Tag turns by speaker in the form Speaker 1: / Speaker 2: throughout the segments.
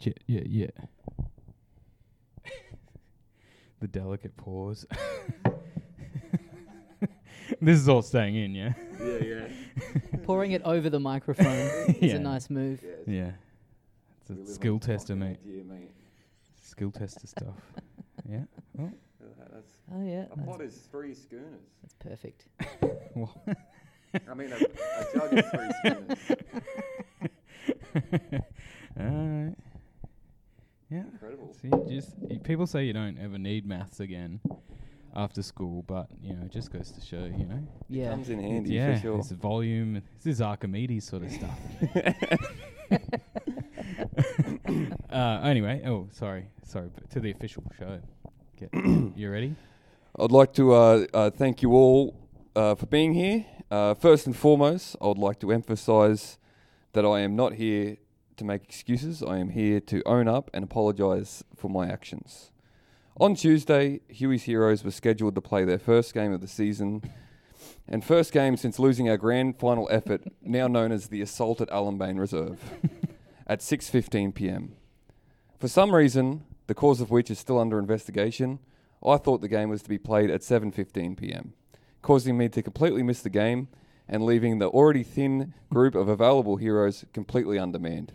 Speaker 1: Yeah, yeah, yeah. the delicate pause. this is all staying in, yeah?
Speaker 2: Yeah, yeah.
Speaker 3: Pouring it over the microphone is
Speaker 1: Yeah.
Speaker 3: a nice move.
Speaker 2: yeah, it's-
Speaker 1: Yeah. It's
Speaker 2: we
Speaker 1: a
Speaker 2: live on
Speaker 1: skill
Speaker 2: the fucking
Speaker 1: tester, mate.
Speaker 2: idea, mate.
Speaker 1: Skill tester stuff. yeah.
Speaker 2: Uh, That's,
Speaker 3: Oh yeah,
Speaker 2: a
Speaker 3: that's,
Speaker 2: pot is three schooners.
Speaker 3: that's perfect.
Speaker 2: I mean, a, a jug is three schooners.
Speaker 1: all right. Yeah.
Speaker 2: Incredible.
Speaker 1: See, you just you, people say you don't ever need maths again after school, but you know it just goes to show, you know.
Speaker 3: Yeah.
Speaker 2: Comes in handy
Speaker 1: yeah,
Speaker 2: for sure.
Speaker 1: it's volume. This is Archimedes sort of stuff. uh, anyway, oh sorry, sorry. But to the official show. Get, you ready?
Speaker 2: I'd like to uh, uh, thank you all uh, for being here. Uh, first and foremost, I would like to emphasise that I am not here to make excuses. I am here to own up and apologise for my actions. On Tuesday, Huey's Heroes were scheduled to play their first game of the season and first game since losing our grand final effort, now known as the assault at Allenbane Reserve, at 6:15 p.m. For some reason, the cause of which is still under investigation, I thought the game was to be played at 7:15 p.m., causing me to completely miss the game and leaving the already thin group of available heroes completely undermanned.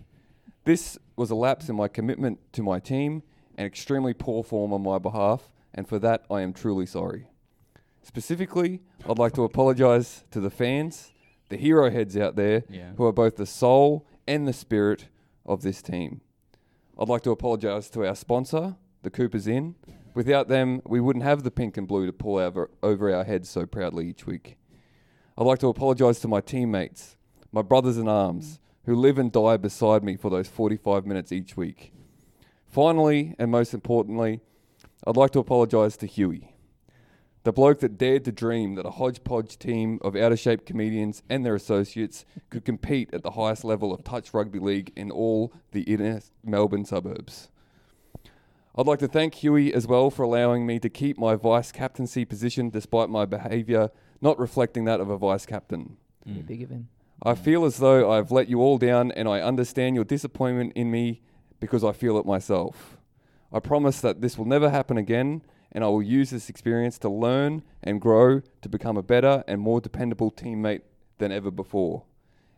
Speaker 2: This was a lapse in my commitment to my team and extremely poor form on my behalf, and for that I am truly sorry. Specifically, I'd like to apologise to the fans, the hero heads out there,
Speaker 1: Yeah.
Speaker 2: who are both the soul and the spirit of this team. I'd like to apologise to our sponsor, the Coopers Inn. Without them, we wouldn't have the pink and blue to pull over, over our heads so proudly each week. I'd like to apologise to my teammates, my brothers in arms, who live and die beside me for those 45 minutes each week. Finally, and most importantly, I'd like to apologise to Huey, the bloke that dared to dream that a hodgepodge team of out of shape comedians and their associates could compete at the highest level of touch rugby league in all the inner Melbourne suburbs. I'd like to thank Huey as well for allowing me to keep my vice captaincy position despite my behaviour not reflecting that of a vice captain.
Speaker 1: Mm.
Speaker 3: Pretty big of him.
Speaker 2: I feel as though I've let you all down and I understand your disappointment in me because I feel it myself. I promise that this will never happen again and I will use this experience to learn and grow to become a better and more dependable teammate than ever before.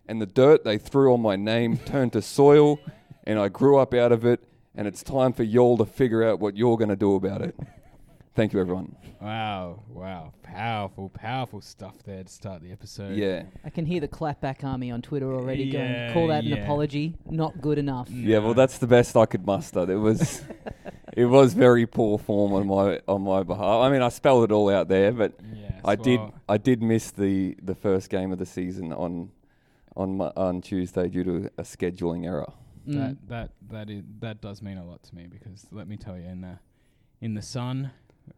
Speaker 2: And the dirt they threw on my name turned to soil and I grew up out of it and it's time for y'all to figure out what you're going to do about it. Thank you everyone.
Speaker 1: Wow, wow, powerful, powerful stuff there to start the episode.
Speaker 2: Yeah.
Speaker 3: I can hear the clapback army on Twitter already
Speaker 1: Yeah,
Speaker 3: going, "Call that an
Speaker 1: yeah. Mm.
Speaker 3: apology? Not good enough."
Speaker 2: Yeah, well, that's the best I could muster. It was, it was very poor form on my on my behalf. I mean, I spelled it all out there, but
Speaker 1: Yes,
Speaker 2: I did
Speaker 1: well-
Speaker 2: I did miss the the first game of the season on on Mo- on Tuesday due to a scheduling error.
Speaker 3: Mm.
Speaker 1: That that that is that does mean a lot to me because let me tell you, in the in the sun,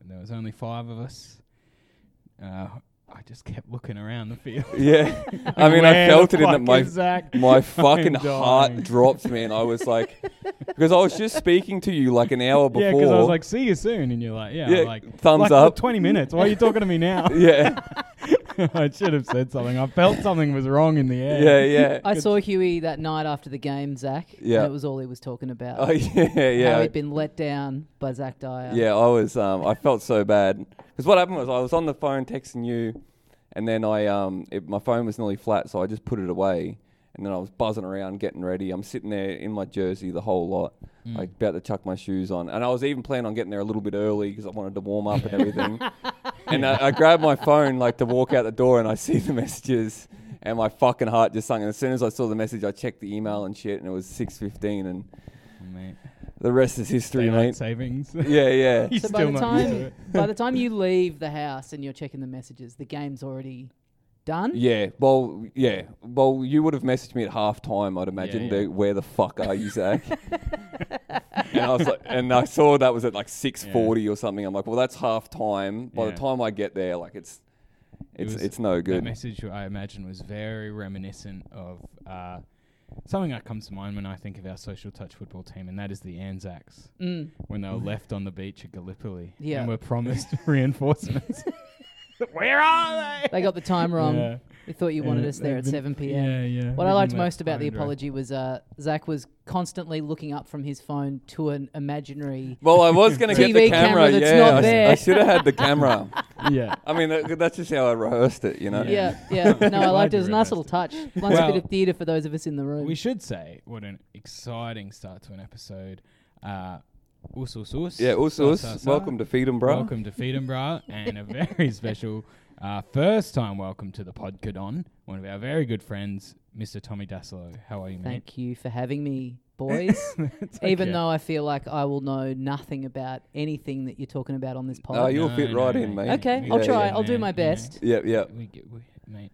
Speaker 1: there was only five of us. Uh, I just kept looking around the field.
Speaker 2: Yeah, I mean, I
Speaker 1: Where
Speaker 2: felt
Speaker 1: the
Speaker 2: it in that
Speaker 1: fuck
Speaker 2: my
Speaker 1: is Zach?
Speaker 2: my fucking
Speaker 1: dying.
Speaker 2: heart dropped, man. I was like, because I was just speaking to you like an hour before.
Speaker 1: Yeah, because I was like, "See you soon," and you're like, "Yeah,
Speaker 2: Yeah,
Speaker 1: like
Speaker 2: thumbs
Speaker 1: like,
Speaker 2: up.
Speaker 1: Twenty minutes. Why are you talking to me now?
Speaker 2: yeah,
Speaker 1: I should have said something. I felt something was wrong in the air.
Speaker 2: yeah, yeah.
Speaker 3: I saw Huey that night after the game, Zach.
Speaker 2: Yeah.
Speaker 3: and it was all he was talking about.
Speaker 2: Oh yeah, yeah.
Speaker 3: How he'd been let down by Zach Dyer.
Speaker 2: Yeah, I was. Um, I felt so bad because what happened was I was on the phone texting you, and then I um, it, my phone was nearly flat, so I just put it away, and then I was buzzing around getting ready. I'm sitting there in my jersey the whole lot,
Speaker 1: Mm.
Speaker 2: like about to chuck my shoes on, and I was even planning on getting there a little bit early because I wanted to warm up and everything. and I, I grabbed my phone like to walk out the door, and I see the messages. And my fucking heart just sunk. And as soon as I saw the message, I checked the email and shit, and it was six fifteen. And
Speaker 1: Mate,
Speaker 2: the rest is history,
Speaker 1: daylight
Speaker 2: mate.
Speaker 1: savings.
Speaker 2: Yeah, yeah.
Speaker 1: He's
Speaker 3: So by
Speaker 1: still
Speaker 3: the
Speaker 1: not used to
Speaker 3: time
Speaker 1: it.
Speaker 3: by the time you leave the house and you're checking the messages, the game's already done.
Speaker 2: Yeah, well, yeah, well, you would have messaged me at half time, I'd imagine.
Speaker 1: yeah.
Speaker 2: the- Where the fuck are you, Zach? and I was like, and I saw that was at like six forty or something. I'm like, well, that's half time. By
Speaker 1: Yeah.
Speaker 2: the time I get there, like it's,
Speaker 1: It
Speaker 2: it's,
Speaker 1: was-
Speaker 2: it's no
Speaker 1: That
Speaker 2: good.
Speaker 1: message, I imagine, was very reminiscent of uh, something that comes to mind when I think of our social touch football team, and that is the Anzacs
Speaker 3: Mm.
Speaker 1: when they were left on the beach at Gallipoli
Speaker 3: Yeah.
Speaker 1: and were promised reinforcements. Where are they?
Speaker 3: They got the time wrong.
Speaker 1: Yeah.
Speaker 3: We thought you
Speaker 1: Yeah,
Speaker 3: wanted us there
Speaker 1: they've
Speaker 3: at
Speaker 1: been-
Speaker 3: 7 p.m.
Speaker 1: Uh, Yeah, yeah.
Speaker 3: What I liked most about the apology was uh, Zach was constantly looking up from his phone to an imaginary.
Speaker 2: Well, I was going to get the
Speaker 3: TV camera
Speaker 2: camera.
Speaker 3: that's
Speaker 2: yeah,
Speaker 3: not
Speaker 2: I s- I,
Speaker 3: there.
Speaker 2: should have had the camera.
Speaker 1: yeah.
Speaker 2: I mean, that, that's just how I rehearsed it, you know.
Speaker 1: Yeah.
Speaker 3: Yeah, yeah. No, I liked it. It was a
Speaker 1: Glad
Speaker 3: nice
Speaker 1: you
Speaker 3: little touch. Nice
Speaker 1: Well-
Speaker 3: bit of theatre for those of us in the room.
Speaker 1: We should say what an exciting start to an episode. Uh, us, us, us.
Speaker 2: Yeah. Also,
Speaker 1: Sa, sa, sa.
Speaker 2: welcome to Feed 'em, bro.
Speaker 1: Welcome to Feed 'em Bra and a very special uh, first time welcome to the Podcadon. One of our very good friends, Mr. Tommy Dasilo. How are you, mate?
Speaker 3: Thank you for having me, boys.
Speaker 1: It's
Speaker 3: Even
Speaker 1: okay.
Speaker 3: though I feel like I will know nothing about anything that you're talking about on this pod.
Speaker 2: No, Oh, you'll fit right in, mate.
Speaker 3: okay,
Speaker 2: Yeah,
Speaker 3: I'll try.
Speaker 2: yeah.
Speaker 3: I'll do
Speaker 1: Yeah,
Speaker 3: my
Speaker 1: yeah.
Speaker 3: best.
Speaker 2: Yeah, yeah.
Speaker 1: We get, we, mate.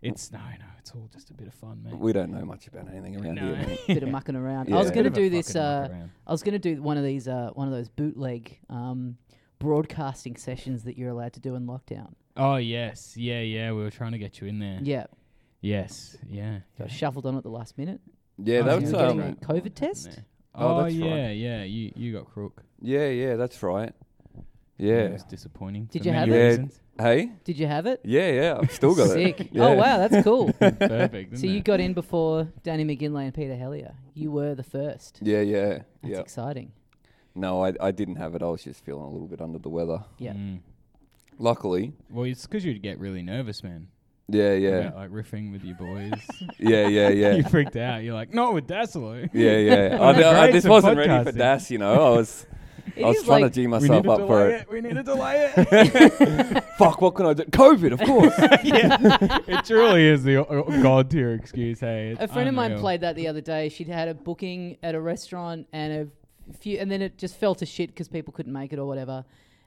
Speaker 1: It's no, no. It's all just a bit of fun, mate.
Speaker 2: We don't know much about anything around
Speaker 1: No.
Speaker 2: here. mate.
Speaker 3: Bit of mucking around.
Speaker 2: Yeah.
Speaker 3: I was
Speaker 2: Bit
Speaker 3: going to
Speaker 1: Bit of a
Speaker 3: do this.
Speaker 1: fucking muck
Speaker 3: Uh,
Speaker 1: around.
Speaker 3: I was going to do one of these, uh, one of those bootleg um, broadcasting sessions that you're allowed to do in lockdown.
Speaker 1: oh yes, yeah, yeah. We were trying to get you in there.
Speaker 3: Yeah,
Speaker 1: Yes, yeah.
Speaker 3: got shuffled on at the last minute.
Speaker 2: Yeah,
Speaker 1: Oh,
Speaker 2: that
Speaker 1: yeah.
Speaker 2: was.
Speaker 3: Getting
Speaker 2: Um,
Speaker 3: a COVID test?
Speaker 1: Yeah.
Speaker 2: Oh,
Speaker 1: Oh,
Speaker 2: that's
Speaker 1: yeah,
Speaker 2: right.
Speaker 1: yeah. You you got crook.
Speaker 2: yeah, yeah, that's right.
Speaker 1: It
Speaker 2: Yeah.
Speaker 1: was disappointing.
Speaker 3: Did
Speaker 1: for
Speaker 3: you
Speaker 1: many
Speaker 2: have it? Yeah.
Speaker 1: reasons.
Speaker 2: Hey.
Speaker 3: Did you have it?
Speaker 2: Yeah, yeah. I've still got it.
Speaker 3: Sick.
Speaker 2: Yeah.
Speaker 3: Oh wow, that's cool.
Speaker 1: Perfect.
Speaker 3: so you got in before Danny McGinley and Peter Hellier. You were the first.
Speaker 2: Yeah, yeah,
Speaker 3: That's
Speaker 2: yeah.
Speaker 3: exciting.
Speaker 2: No, I, I didn't have it. I was just feeling a little bit under the weather.
Speaker 3: Yeah.
Speaker 2: Luckily.
Speaker 1: Mm. Well, it's because you'd get really nervous, man.
Speaker 2: Yeah, yeah,
Speaker 1: About, like riffing with your boys.
Speaker 2: yeah, yeah, yeah.
Speaker 1: you freaked out. You're like, not with Dasilo.
Speaker 2: Yeah, yeah.
Speaker 1: One of the
Speaker 2: I, I, I
Speaker 1: greats
Speaker 2: just
Speaker 1: of
Speaker 2: wasn't ready for
Speaker 1: podcasting.
Speaker 2: Das, you know. I was
Speaker 3: It
Speaker 2: I was
Speaker 3: is
Speaker 2: trying
Speaker 3: like-
Speaker 2: to
Speaker 1: We
Speaker 2: G
Speaker 1: need
Speaker 2: myself
Speaker 1: to
Speaker 2: up for
Speaker 1: delay
Speaker 2: it.
Speaker 1: it. We need to delay it.
Speaker 2: Fuck, what can I do? COVID, of course.
Speaker 1: yeah. It truly is the o- o- god tier excuse. Hey, it's
Speaker 3: A friend of mine
Speaker 1: unreal.
Speaker 3: played that the other day. She'd had a booking at a restaurant and a few, and then it just fell to shit because people couldn't make it or whatever.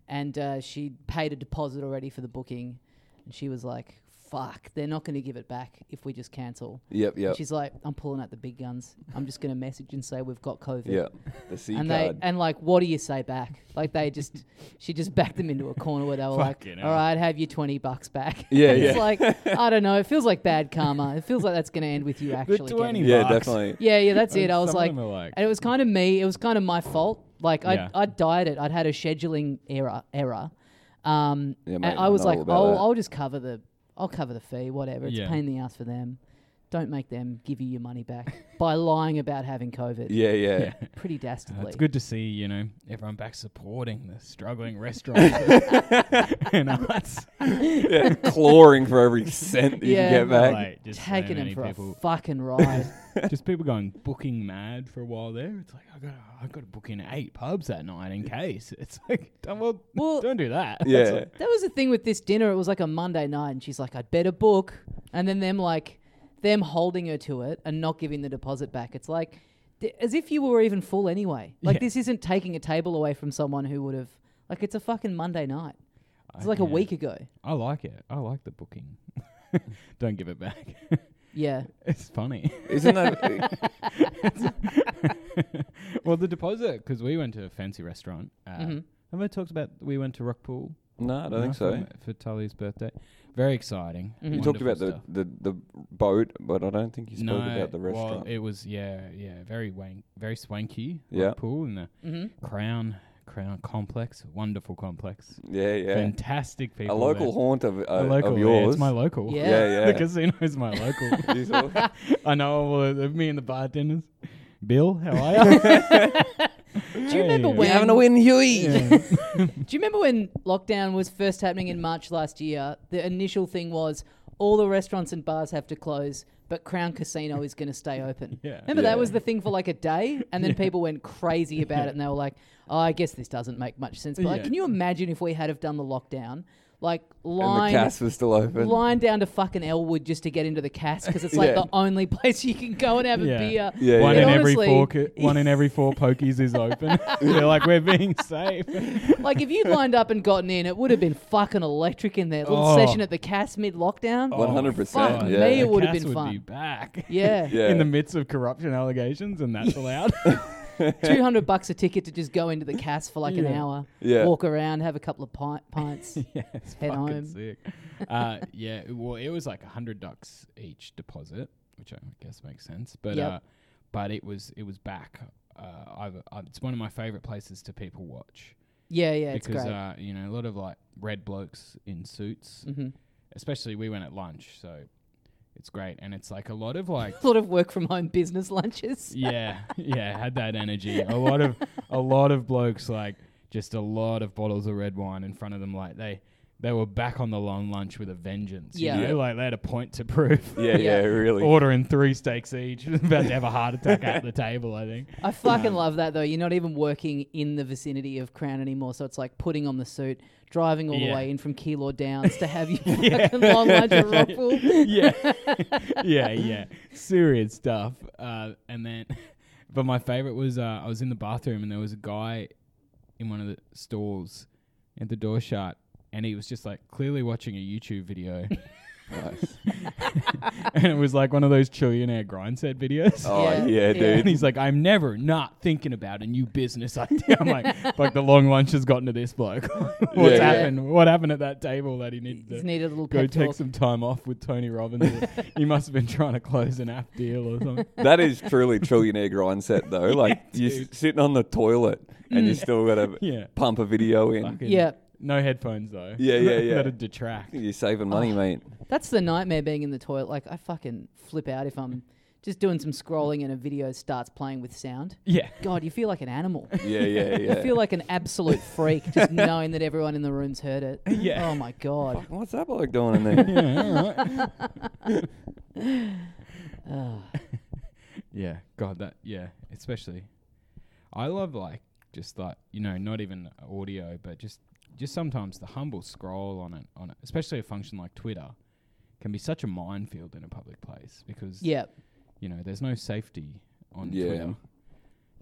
Speaker 3: And uh, she paid a deposit already for the booking, and she was like, "Fuck, they're not going to give it back if we just cancel."
Speaker 2: yep,
Speaker 3: And
Speaker 2: yep.
Speaker 3: She's like, "I'm pulling out the big guns. I'm just going to message and say we've got COVID."
Speaker 2: Yeah. The C
Speaker 3: And they
Speaker 2: card.
Speaker 3: and like, what do you say back? Like they just, she just backed them into a corner where they were like,
Speaker 1: Fucking hell.
Speaker 3: "All right, have your twenty bucks back."
Speaker 2: Yeah,
Speaker 3: it's
Speaker 2: yeah.
Speaker 3: like I don't know. It feels like bad karma. It feels like that's going to end with you actually. getting
Speaker 1: 20
Speaker 3: it.
Speaker 2: yeah,
Speaker 1: Bucks.
Speaker 2: definitely.
Speaker 3: Yeah, yeah, that's
Speaker 1: And
Speaker 3: it. I was
Speaker 1: some of
Speaker 3: like,
Speaker 1: them are like-
Speaker 3: and it was kind of me. It was kind of my fault. Like I,
Speaker 1: Yeah.
Speaker 3: I died it. I'd had a scheduling error, error. Um,
Speaker 2: Yeah,
Speaker 3: and
Speaker 2: mate,
Speaker 3: I was
Speaker 2: know
Speaker 3: like,
Speaker 2: all about
Speaker 3: I'll,
Speaker 2: that.
Speaker 3: I'll just cover the, I'll cover the fee, whatever. It's
Speaker 1: Yeah.
Speaker 3: a pain in the ass for them. Don't make them give you your money back by lying about having COVID.
Speaker 2: Yeah, yeah.
Speaker 3: Pretty
Speaker 1: Uh,
Speaker 3: dastardly.
Speaker 1: it's good to see, you know, everyone back supporting the struggling restaurants and arts.
Speaker 2: Yeah. Clawing for every cent that
Speaker 3: Yeah,
Speaker 2: you can get back.
Speaker 1: Like, just so
Speaker 3: Taking
Speaker 1: many
Speaker 3: them for a
Speaker 1: people,
Speaker 3: fucking ride.
Speaker 1: just people going booking mad for a while there. It's like I got I got to book in eight pubs that night in case. It's like don't, well,
Speaker 3: Well-
Speaker 1: don't do that. That's
Speaker 2: yeah.
Speaker 1: like-
Speaker 3: That was the thing with this dinner. It was like a Monday night, and she's like, "I'd better book," and then them like them holding her to it and not giving the deposit back. It's like th- as if you were even full anyway. Like
Speaker 1: Yeah.
Speaker 3: this isn't taking a table away from someone who would have. Like it's a fucking Monday night. It's
Speaker 1: I-
Speaker 3: like a
Speaker 1: yeah.
Speaker 3: week ago.
Speaker 1: I like it. I like the booking. don't give it back.
Speaker 3: Yeah,
Speaker 1: it's funny.
Speaker 2: Isn't that
Speaker 1: well, the deposit because we went to a fancy restaurant. Uh,
Speaker 3: Mhm.
Speaker 1: Have I talked about we went to Rockpool?
Speaker 2: No, I don't
Speaker 1: No,
Speaker 2: think so.
Speaker 1: for- For Tully's birthday. Very exciting.
Speaker 2: You talked about the, the, the boat, but I don't think you spoke about the restaurant.
Speaker 1: Well, it was yeah, yeah, very wank, very swanky.
Speaker 2: Yeah.
Speaker 1: Yeah, pool and the
Speaker 3: hmm
Speaker 1: Crown Crown Complex, wonderful complex,
Speaker 2: yeah, yeah.
Speaker 1: fantastic
Speaker 2: a
Speaker 1: people.
Speaker 2: local
Speaker 1: there.
Speaker 2: haunt of, uh,
Speaker 1: A local,
Speaker 2: of
Speaker 1: yeah,
Speaker 2: yours.
Speaker 1: it's my local.
Speaker 3: Yeah.
Speaker 2: yeah, yeah.
Speaker 1: the casino's my local.
Speaker 2: You saw-
Speaker 1: I know all the, me and the bartenders. Bill, how are you?
Speaker 3: Do you
Speaker 1: Hey.
Speaker 3: remember when?
Speaker 2: We're having a win, Huey.
Speaker 1: Yeah.
Speaker 3: Do you remember when lockdown was first happening in March last year? The initial thing was all the restaurants and bars have to close, but Crown Casino is going to stay open.
Speaker 1: Yeah.
Speaker 3: Remember
Speaker 2: Yeah.
Speaker 3: that was the thing for like a day, and then people went crazy about it, and they were like, "Oh, I guess this doesn't make much sense." But like,
Speaker 1: Yeah.
Speaker 3: can you imagine if we had have done the lockdown, like
Speaker 2: And the
Speaker 3: line?
Speaker 2: cast was still open.
Speaker 3: Line down to fucking Elwood just to get into the cast because it's like
Speaker 2: Yeah.
Speaker 3: the only place you can go and have a beer.
Speaker 2: Yeah,
Speaker 1: one
Speaker 2: yeah.
Speaker 1: in every
Speaker 3: Honestly-
Speaker 1: four, ca- one in every four pokies is open. They're like we're being
Speaker 3: Oh,
Speaker 1: safe.
Speaker 3: Like if you'd lined up and gotten in, it would have been fucking electric in there. Little
Speaker 1: Oh.
Speaker 3: session at the cast mid lockdown.
Speaker 2: One hundred
Speaker 3: fuck
Speaker 2: percent.
Speaker 3: me,
Speaker 2: Yeah.
Speaker 3: it
Speaker 1: The
Speaker 3: would have
Speaker 1: Cass
Speaker 3: been
Speaker 1: Be
Speaker 3: fun.
Speaker 1: back.
Speaker 3: Yeah,
Speaker 2: Yeah.
Speaker 1: In the midst of corruption allegations, and that's allowed.
Speaker 3: two hundred bucks a ticket to just go into the cast for like an
Speaker 1: Yeah.
Speaker 3: hour,
Speaker 2: Yeah.
Speaker 3: walk around, have a couple of pint, pints.
Speaker 1: yeah, it's
Speaker 3: Head
Speaker 1: fucking
Speaker 3: home.
Speaker 1: sick. Uh, yeah, well, it was like a hundred bucks each deposit, which I guess makes sense. But
Speaker 3: Yep.
Speaker 1: uh, but it was it was back. Uh, I've, i it's one of my favorite places to people watch
Speaker 3: Yeah, yeah, it's
Speaker 1: because
Speaker 3: great.
Speaker 1: uh, you know a lot of like red blokes in suits.
Speaker 3: hmm
Speaker 1: Especially we went at lunch, so It's great, and it's like a lot of like
Speaker 3: A lot of work from home business lunches.
Speaker 1: yeah, yeah, had that energy. A lot of a lot of blokes like just a lot of bottles of red wine in front of them. Like they they were back on the long lunch with a vengeance. you
Speaker 3: Yeah.
Speaker 1: know?
Speaker 2: Yeah.
Speaker 1: like they had a point to prove.
Speaker 2: Yeah, yeah,
Speaker 3: Yeah.
Speaker 2: really.
Speaker 1: Ordering three steaks each, about to have a heart attack at the table. I think.
Speaker 3: I fucking love that though. You're not even working in the vicinity of Crown anymore, so it's like putting on the suit, driving all the
Speaker 1: Yeah.
Speaker 3: way in from Keylor Downs to have you fucking long lunch at Rockpool.
Speaker 1: yeah, yeah, yeah. Serious stuff. Uh, and then, but my favorite was uh, I was in the bathroom and there was a guy in one of the stalls, and the door shut, and he was just like clearly watching a YouTube video,
Speaker 2: Nice.
Speaker 1: and it was like one of those trillionaire grind set videos.
Speaker 2: Oh yeah,
Speaker 3: Yeah. Yeah.
Speaker 2: dude.
Speaker 1: And he's like, I'm never not thinking about a new business idea. I'm like, like the long lunch has gotten to this bloke. What's
Speaker 2: Yeah.
Speaker 1: happened? What happened at that table that he needed to
Speaker 3: Just needed a little
Speaker 1: go
Speaker 3: pep
Speaker 1: take
Speaker 3: talk.
Speaker 1: some time off with Tony Robbins. he must have been trying to close an app deal or something.
Speaker 2: That is truly trillionaire grind set though. Like you're s-
Speaker 1: dude.
Speaker 2: sitting on the toilet and you still got to
Speaker 1: Yeah.
Speaker 2: pump a video in.
Speaker 1: Fucking-
Speaker 3: Yeah.
Speaker 1: No headphones though.
Speaker 2: Yeah, yeah, yeah.
Speaker 1: That'd detract.
Speaker 2: You're saving money, mate.
Speaker 3: That's the nightmare being in the toilet. Like I fucking flip out if I'm just doing some scrolling and a video starts playing with sound.
Speaker 1: Yeah.
Speaker 3: God, you feel like an animal.
Speaker 2: Yeah, yeah, yeah.
Speaker 3: You feel like an absolute freak just knowing that everyone in the room's heard it.
Speaker 1: Yeah.
Speaker 3: Oh my god.
Speaker 2: What's that bloke doing in there?
Speaker 1: Yeah, all right.
Speaker 3: Ugh.
Speaker 1: yeah. God, that. Yeah. Especially, I love like just like you know not even audio, but just just sometimes the humble scroll on it on it, especially a function like Twitter, can be such a minefield in a public place because
Speaker 3: Yeah.
Speaker 1: you know there's no safety on
Speaker 2: Yeah.
Speaker 1: Twitter.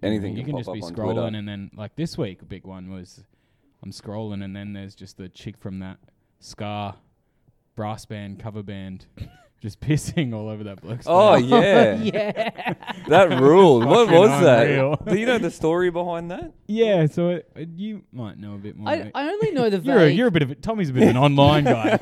Speaker 2: Anything
Speaker 1: you
Speaker 2: can
Speaker 1: can
Speaker 2: pop
Speaker 1: just
Speaker 2: up
Speaker 1: be
Speaker 2: on
Speaker 1: scrolling
Speaker 2: Twitter.
Speaker 1: and then like this week a big one was i'm scrolling and then there's just the chick from that scar brass band cover band just pissing all over that bloke's
Speaker 2: Oh
Speaker 1: face.
Speaker 2: yeah,
Speaker 3: yeah.
Speaker 2: that ruled. what
Speaker 1: Fucking
Speaker 2: was
Speaker 1: unreal.
Speaker 2: that? Do you know the story behind that?
Speaker 1: yeah so it, it- you might know a bit more
Speaker 3: I,
Speaker 1: mate.
Speaker 3: I only know the
Speaker 1: you're, a,
Speaker 3: vague.
Speaker 1: you're a bit of a, tommy's a bit of an online guy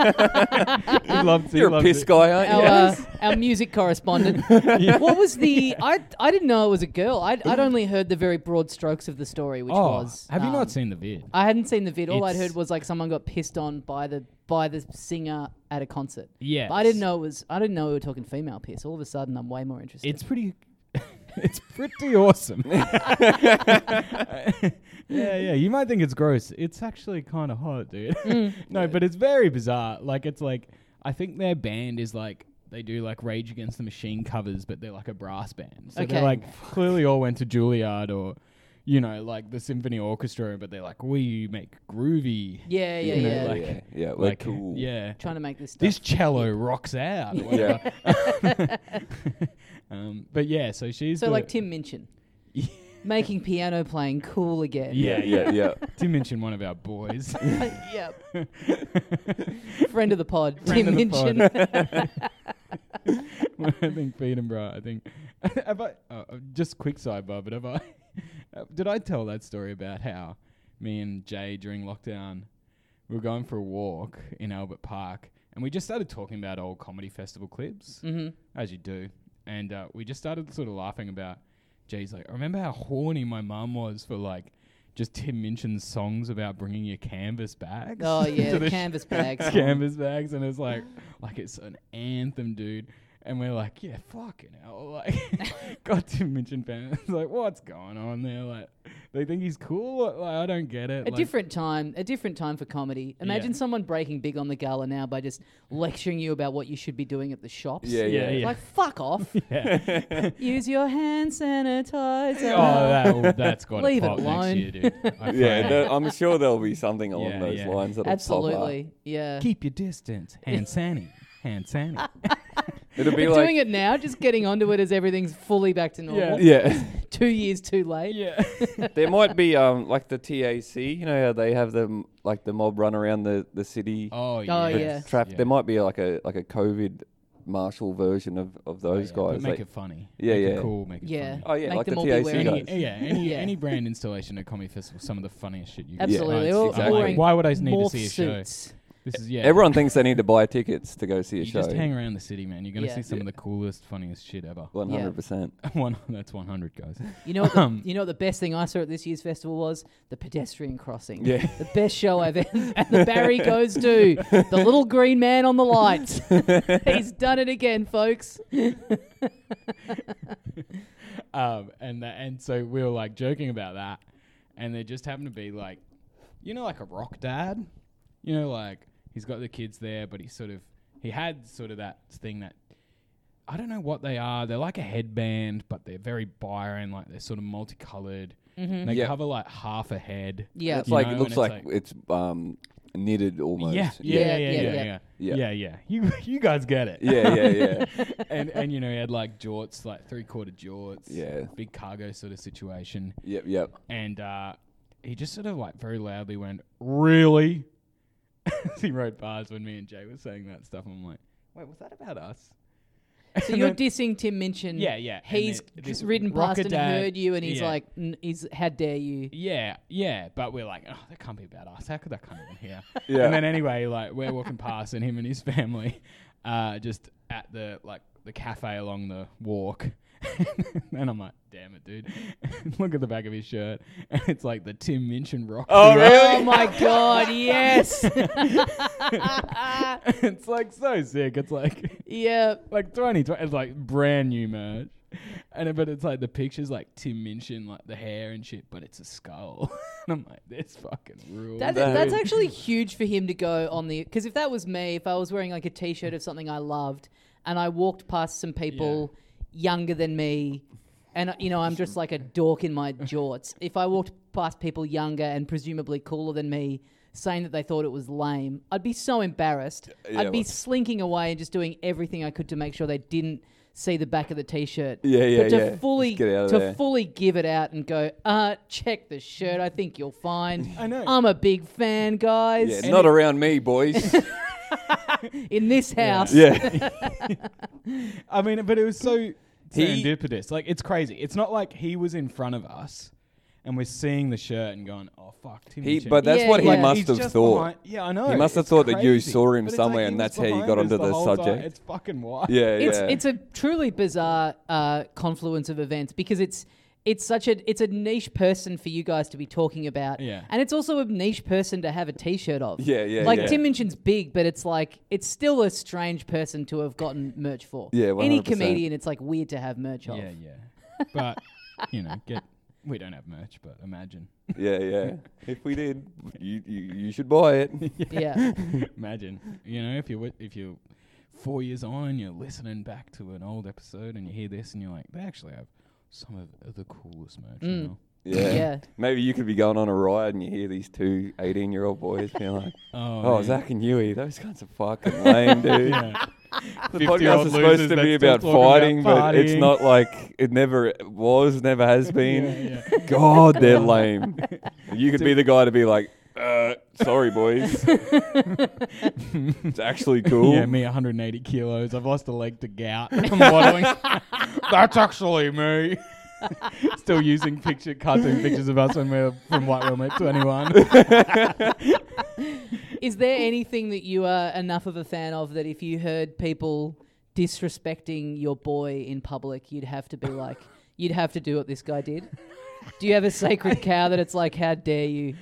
Speaker 1: he loves he
Speaker 2: You're a
Speaker 1: loves
Speaker 2: piss
Speaker 1: it.
Speaker 2: guy, aren't you?
Speaker 3: our, uh, our music correspondent. What was the? I I didn't know it was a girl. I'd, I'd only heard the very broad strokes of the story, which
Speaker 1: oh
Speaker 3: was.
Speaker 1: have you
Speaker 3: um,
Speaker 1: not seen the vid
Speaker 3: I hadn't seen the vid. All I'd
Speaker 1: It's-
Speaker 3: heard was like someone got pissed on by the by the singer at a concert.
Speaker 1: yeah
Speaker 3: But I didn't know it was. I didn't know we were talking female piss. All of a sudden, I'm way more interested.
Speaker 1: it's pretty it's pretty awesome yeah yeah you might think it's gross it's actually kind of hot dude
Speaker 3: Mm.
Speaker 1: no but it's very bizarre like it's like i think their band is like they do like Rage Against the Machine covers, but they're like a brass band. So
Speaker 3: Okay.
Speaker 1: they're like clearly all went to Juilliard or, you know, like the symphony orchestra, but they're like we make groovy.
Speaker 3: yeah, yeah,
Speaker 1: you know,
Speaker 3: yeah.
Speaker 2: yeah,
Speaker 1: like-
Speaker 2: yeah, yeah, we're
Speaker 1: like
Speaker 2: cool.
Speaker 1: yeah.
Speaker 3: Trying to make this. Stuff.
Speaker 1: This cello rocks out. or
Speaker 2: Yeah.
Speaker 1: whatever. um, but yeah, so she's
Speaker 3: so
Speaker 1: the-
Speaker 3: like Tim Minchin,
Speaker 1: Yeah.
Speaker 3: making piano playing cool again.
Speaker 1: Yeah,
Speaker 2: yeah, yeah.
Speaker 1: Tim mentioned one of our boys.
Speaker 3: yep. Friend of the pod,
Speaker 1: Friend
Speaker 3: Tim
Speaker 1: of the pod.
Speaker 3: Minchin.
Speaker 1: When I think Peterborough, I think. have I, oh, uh, just quick sidebar, but have I? uh, Did I tell that story about how me and Jay during lockdown we were going for a walk in Albert Park and we just started talking about old comedy festival clips,
Speaker 3: hmm
Speaker 1: as you do, and uh, we just started sort of laughing about. Jay's like, remember how horny my mum was for like just Tim Minchin's songs about bringing your canvas bags?
Speaker 3: Oh
Speaker 1: to
Speaker 3: yeah, the
Speaker 1: the sh-
Speaker 3: canvas bags.
Speaker 1: canvas bags, and it's like, like it's an anthem, dude. And we're like, yeah, fucking hell, like, got to mention fans. Like, what's going on there? Like, they think he's cool. Like, I don't get it.
Speaker 3: A
Speaker 1: like,
Speaker 3: different time, a different time for comedy. Imagine
Speaker 1: Yeah.
Speaker 3: someone breaking big on the gala now by just lecturing you about what you should be doing at the shops.
Speaker 2: Yeah,
Speaker 1: Yeah,
Speaker 2: yeah,
Speaker 1: yeah.
Speaker 3: Like fuck off.
Speaker 1: Yeah.
Speaker 3: Use your hand sanitizer.
Speaker 1: oh, that, that's got to
Speaker 3: Leave it
Speaker 1: pop next
Speaker 3: alone.
Speaker 1: year, dude. I
Speaker 2: Yeah,
Speaker 1: fucking-
Speaker 2: there- I'm sure there'll be something along
Speaker 1: Yeah,
Speaker 2: those
Speaker 1: yeah.
Speaker 2: lines. That'll Pop
Speaker 3: Absolutely. Yeah.
Speaker 1: Keep your distance. Hand sanny. Hand sanny.
Speaker 2: up. It'll be
Speaker 3: We're
Speaker 2: like,
Speaker 3: doing it now, just getting onto it as everything's fully back to normal.
Speaker 2: yeah,
Speaker 3: Two years too late.
Speaker 1: yeah.
Speaker 2: there might be um like the TAC. You know how they have them like the mob run around the the city
Speaker 1: Oh,
Speaker 3: Oh,
Speaker 1: yes,
Speaker 3: yeah.
Speaker 2: trap.
Speaker 1: yeah.
Speaker 2: There might be like a like a COVID martial version of of
Speaker 1: Oh,
Speaker 2: those
Speaker 1: yeah,
Speaker 2: guys.
Speaker 1: But make
Speaker 2: like-
Speaker 1: it funny.
Speaker 2: Yeah,
Speaker 1: make
Speaker 2: yeah.
Speaker 1: It cool. Make it
Speaker 3: Yeah.
Speaker 1: funny.
Speaker 2: oh yeah,
Speaker 3: make
Speaker 2: like the
Speaker 3: them all be
Speaker 2: TAC
Speaker 3: wearing-
Speaker 2: guys.
Speaker 1: Any, yeah, any,
Speaker 3: Yeah.
Speaker 1: any brand installation at Comedy Festival, some of the funniest shit you
Speaker 3: Absolutely.
Speaker 1: Can see.
Speaker 3: They're all
Speaker 1: It's- it's like,
Speaker 3: wearing
Speaker 1: why would I need to
Speaker 3: Morph
Speaker 1: see a show?
Speaker 3: suits.
Speaker 1: This is yeah.
Speaker 2: Everyone thinks they need to buy tickets to go see a
Speaker 1: you
Speaker 2: show.
Speaker 1: just hang around the city, man. You're gonna
Speaker 3: Yeah.
Speaker 1: see some of the coolest, funniest shit ever.
Speaker 2: One hundred percent.
Speaker 1: One that's 100 guys.
Speaker 3: You know, what the,
Speaker 1: Um,
Speaker 3: you know what the best thing I saw at this year's festival was the pedestrian crossing.
Speaker 2: Yeah.
Speaker 3: the best show I've ever. And the Barry goes to the little green man on the lights. He's done it again, folks.
Speaker 1: um, and tha- and so we were like joking about that, and there just happened to be like, you know, like a rock dad, you know, like he's got the kids there, but he sort of he had sort of that thing that I don't know what they are. They're like a headband, but they're very Byron, like they're sort of multicolored.
Speaker 3: Mm-hmm.
Speaker 1: And they
Speaker 2: Yeah.
Speaker 1: cover like half a head.
Speaker 3: Yeah.
Speaker 2: It's
Speaker 1: You
Speaker 2: like
Speaker 1: know,
Speaker 2: it
Speaker 1: and
Speaker 2: looks
Speaker 1: it's
Speaker 2: like,
Speaker 1: like-
Speaker 2: it's um, knitted almost.
Speaker 1: Yeah, yeah, yeah,
Speaker 3: Yeah,
Speaker 1: yeah,
Speaker 3: yeah,
Speaker 1: yeah,
Speaker 3: yeah.
Speaker 1: yeah, yeah, You you guys get it.
Speaker 2: yeah, yeah, yeah. yeah.
Speaker 1: and and you know he had like jorts, like three quarter jorts.
Speaker 2: Yeah.
Speaker 1: Big cargo sort of situation.
Speaker 2: yep, yep.
Speaker 1: and uh, he just sort of like very loudly went, "Really?" As he wrote bars when me and Jay were saying that stuff. I'm like, "Wait, was that about us?"
Speaker 3: So
Speaker 1: And
Speaker 3: you're
Speaker 1: then-
Speaker 3: dissing Tim Minchin.
Speaker 1: Yeah, yeah, and
Speaker 3: He's
Speaker 1: then this
Speaker 3: just ridden past and
Speaker 1: Rockadad-
Speaker 3: heard you, and he's
Speaker 1: yeah.
Speaker 3: like, "N- "He's how dare you?"
Speaker 1: yeah, yeah, but we're like, "Oh, that can't be about us. How could that come in here?"
Speaker 2: Yeah.
Speaker 1: And then anyway, like we're walking past, and him and his family, uh, just at the like the cafe along the walk. and I'm like, damn it, dude. Look at the back of his shirt. And it's like the Tim Minchin rock.
Speaker 2: Oh,
Speaker 1: Rock.
Speaker 2: really?
Speaker 3: Oh my god, yes.
Speaker 1: it's like so sick. It's like
Speaker 3: yeah.
Speaker 1: like 2020 it's like brand new merch and it- but it's like the pictures like tim minchin like the hair and shit but it's a skull and i'm like this fucking rule
Speaker 3: That's,
Speaker 2: That
Speaker 3: that's
Speaker 2: is-
Speaker 3: actually huge for him to go on the. Because if that was me, if I was wearing like a t shirt of something I loved and I walked past some people younger than me, and uh, you know, I'm just like a dork in my jorts. If I walked past people younger and presumably cooler than me saying that they thought it was lame, I'd be so embarrassed.
Speaker 2: Yeah,
Speaker 3: I'd be
Speaker 2: well-
Speaker 3: slinking away and just doing everything I could to make sure they didn't see the back of the t shirt.
Speaker 2: Yeah, yeah,
Speaker 3: But to
Speaker 2: yeah.
Speaker 3: fully
Speaker 2: Just get out of
Speaker 3: to
Speaker 2: there.
Speaker 3: fully give it out and go, uh, check the shirt. I think you'll find.
Speaker 1: I know.
Speaker 2: Um,
Speaker 3: I'm a big fan, guys.
Speaker 2: Yeah, not around me, boys.
Speaker 3: In this house.
Speaker 2: yeah,
Speaker 1: i mean but it was so
Speaker 2: He-
Speaker 1: serendipitous like it's crazy it's not like he was in front of us and we're seeing the shirt and going oh fuck tim
Speaker 2: he.
Speaker 1: Minchin.
Speaker 2: But that's
Speaker 3: Yeah,
Speaker 2: what
Speaker 3: yeah.
Speaker 2: he must
Speaker 1: He's
Speaker 2: have
Speaker 1: just
Speaker 2: thought.
Speaker 1: behind- yeah i know
Speaker 2: He must have
Speaker 1: it's
Speaker 2: thought that you
Speaker 1: crazy.
Speaker 2: saw him
Speaker 1: But it's
Speaker 2: somewhere
Speaker 1: like
Speaker 2: and
Speaker 1: he
Speaker 2: that's
Speaker 1: was
Speaker 2: how you
Speaker 1: behind
Speaker 2: got
Speaker 1: us
Speaker 2: onto
Speaker 1: the
Speaker 2: the
Speaker 1: whole time.
Speaker 2: subject.
Speaker 1: it's fucking wild
Speaker 2: Yeah,
Speaker 3: It's
Speaker 2: yeah.
Speaker 3: it's a truly bizarre uh, confluence of events because it's it's such a it's a niche person for you guys to be talking about.
Speaker 1: Yeah.
Speaker 3: And it's also a niche person to have a t shirt of.
Speaker 2: Yeah, yeah,
Speaker 3: Like
Speaker 2: yeah.
Speaker 3: Tim Minchin's big, but it's like it's still a strange person to have gotten merch for.
Speaker 2: Yeah,
Speaker 3: Any
Speaker 2: 100%.
Speaker 3: comedian it's like weird to have merch of.
Speaker 1: yeah yeah but you know get we don't have merch but imagine
Speaker 2: yeah, yeah. If we did, you, you you should buy it.
Speaker 3: yeah.
Speaker 1: Imagine, you know, if you're if you're four years on and you're listening back to an old episode and you hear this and you're like, they actually have some of the coolest merch. Now.
Speaker 2: Yeah.
Speaker 3: Yeah.
Speaker 2: Maybe you could be going on a ride and you hear these two 18 year old boys being like, oh,
Speaker 1: yeah.
Speaker 2: Zach and Yui, those guys are fucking lame, dude.
Speaker 1: Yeah.
Speaker 2: Oh, The
Speaker 1: 50-year-old
Speaker 2: podcast is supposed
Speaker 1: losers
Speaker 2: to
Speaker 1: that
Speaker 2: be
Speaker 1: still
Speaker 2: about
Speaker 1: talk about
Speaker 2: fighting, but it's
Speaker 1: partying.
Speaker 2: not like it never was, never has been.
Speaker 1: Yeah,
Speaker 2: God, they're lame. You could be the guy to be like, uh, sorry, boys. it's actually cool.
Speaker 1: Yeah, me 180 kilos. I've lost a leg to gout. I'm modeling. That's actually me. Still using picture cartoon pictures of us when we we're from White Wilmot 21.
Speaker 3: Is there anything that you are enough of a fan of that if you heard people disrespecting your boy in public, you'd have to be like, you'd have to do what this guy did? Do you have a sacred cow that it's like, how dare you?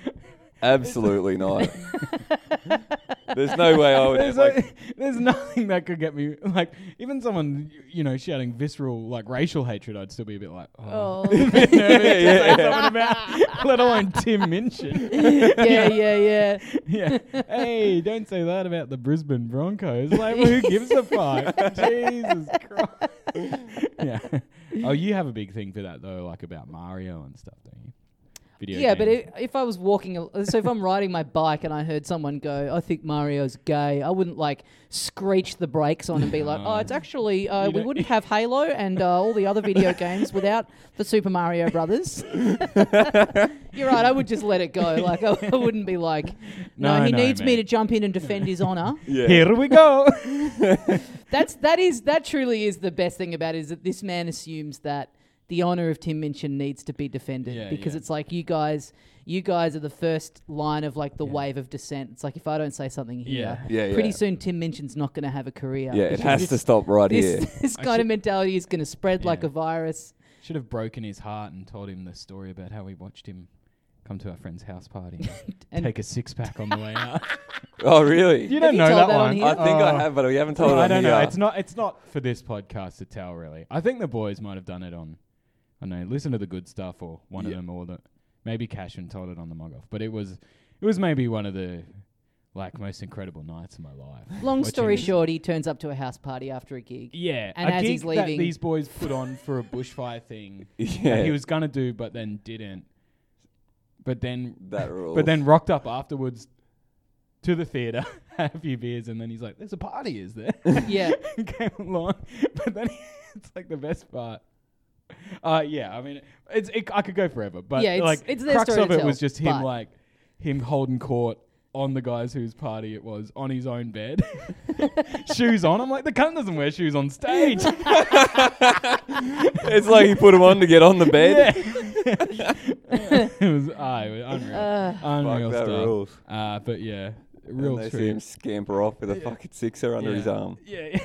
Speaker 2: Absolutely not. There's no way I would.
Speaker 1: there's,
Speaker 2: Oh, like,
Speaker 1: like, there's nothing that could get me like even someone y- you know shouting visceral like racial hatred I'd still be a bit like oh,
Speaker 3: Oh,
Speaker 1: Bit nervous to say something about let alone Tim Minchin
Speaker 3: yeah, yeah, yeah.
Speaker 1: yeah hey don't say that about the Brisbane Broncos like well, who gives a fuck Jesus Christ yeah oh you have a big thing for that though like about Mario and stuff don't you video
Speaker 3: Yeah, but
Speaker 1: games.
Speaker 3: i if I was walking, al- so if I'm riding my bike and I heard someone go, I think Mario's gay, I wouldn't like screech the brakes on and be like, oh, it's actually, uh,
Speaker 1: You
Speaker 3: we
Speaker 1: don't-
Speaker 3: wouldn't have Halo and uh, all the other video games without the Super Mario Brothers. You're right, I would just let it go. Like, I, I wouldn't be like, no,
Speaker 1: No,
Speaker 3: he
Speaker 1: no,
Speaker 3: needs me
Speaker 1: mate.
Speaker 3: to jump in and defend his honor.
Speaker 2: yeah.
Speaker 1: here we go
Speaker 3: That's, that is, that truly is the best thing about it is that this man assumes that the honor of Tim Minchin needs to be defended
Speaker 1: Yeah,
Speaker 3: because
Speaker 1: yeah.
Speaker 3: it's like you guys, you guys are the first line of like the wave of dissent. It's like if I don't say something here,
Speaker 2: Yeah. Yeah,
Speaker 3: pretty
Speaker 2: yeah.
Speaker 3: soon Tim Minchin's not going to have a career.
Speaker 2: Yeah, it
Speaker 3: because
Speaker 2: has
Speaker 3: this-
Speaker 2: to stop right here.
Speaker 3: This, this kind of mentality is going to spread like
Speaker 1: Yeah.
Speaker 3: a virus.
Speaker 1: Should have broken his heart and told him the story about how we watched him come to our friend's house party and
Speaker 3: And-
Speaker 1: take a six pack on the way out.
Speaker 2: Oh, really?
Speaker 1: You don't
Speaker 3: you
Speaker 1: know
Speaker 3: told
Speaker 1: that,
Speaker 3: that on
Speaker 1: one.
Speaker 3: here?
Speaker 2: I think
Speaker 1: Oh.
Speaker 2: I have, but we haven't told it
Speaker 1: I
Speaker 2: on
Speaker 1: don't
Speaker 2: here.
Speaker 1: know. It's not. It's not for this podcast to tell. Really, I think the boys might have done it on. I don't know. Listen to the good stuff, or one
Speaker 2: Yeah.
Speaker 1: of them, or the maybe Cashman told it on the mug off. But it was, it was maybe one of the like most incredible nights of my life.
Speaker 3: Long
Speaker 1: Watching
Speaker 3: story
Speaker 1: this.
Speaker 3: short, he turns up to a house party after a gig.
Speaker 1: Yeah,
Speaker 3: And
Speaker 1: a
Speaker 3: as
Speaker 1: gig
Speaker 3: he's
Speaker 1: that
Speaker 3: leaving-
Speaker 1: these boys put on for a bushfire thing
Speaker 2: yeah,
Speaker 1: that he was gonna do, but then didn't. But then
Speaker 2: that rule.
Speaker 1: But then rocked up afterwards to the theater, had a few beers, and then he's like, "There's a party, is there?"
Speaker 3: Yeah.
Speaker 1: And came along, but then it's like the best part. Uh, yeah, I mean, it's it, I could go forever, but
Speaker 3: Yeah, it's-
Speaker 1: like
Speaker 3: it's their
Speaker 1: crux
Speaker 3: story
Speaker 1: of
Speaker 3: to
Speaker 1: it
Speaker 3: tell,
Speaker 1: was just him
Speaker 3: but-
Speaker 1: like him holding court on the guys whose party it was on his own bed, shoes on. I'm like, the cunt doesn't wear shoes on stage.
Speaker 2: it's like he put him on to get on the bed.
Speaker 1: Yeah. it was, ah, it was unreal,
Speaker 3: Uh,
Speaker 1: unreal
Speaker 2: Fuck, that
Speaker 1: stuff.
Speaker 2: rules.
Speaker 1: Uh, but yeah,
Speaker 2: And
Speaker 1: real
Speaker 2: they see him
Speaker 1: trip.
Speaker 2: scamper off with a fucking sixer under
Speaker 1: yeah.
Speaker 2: his arm.
Speaker 1: Yeah.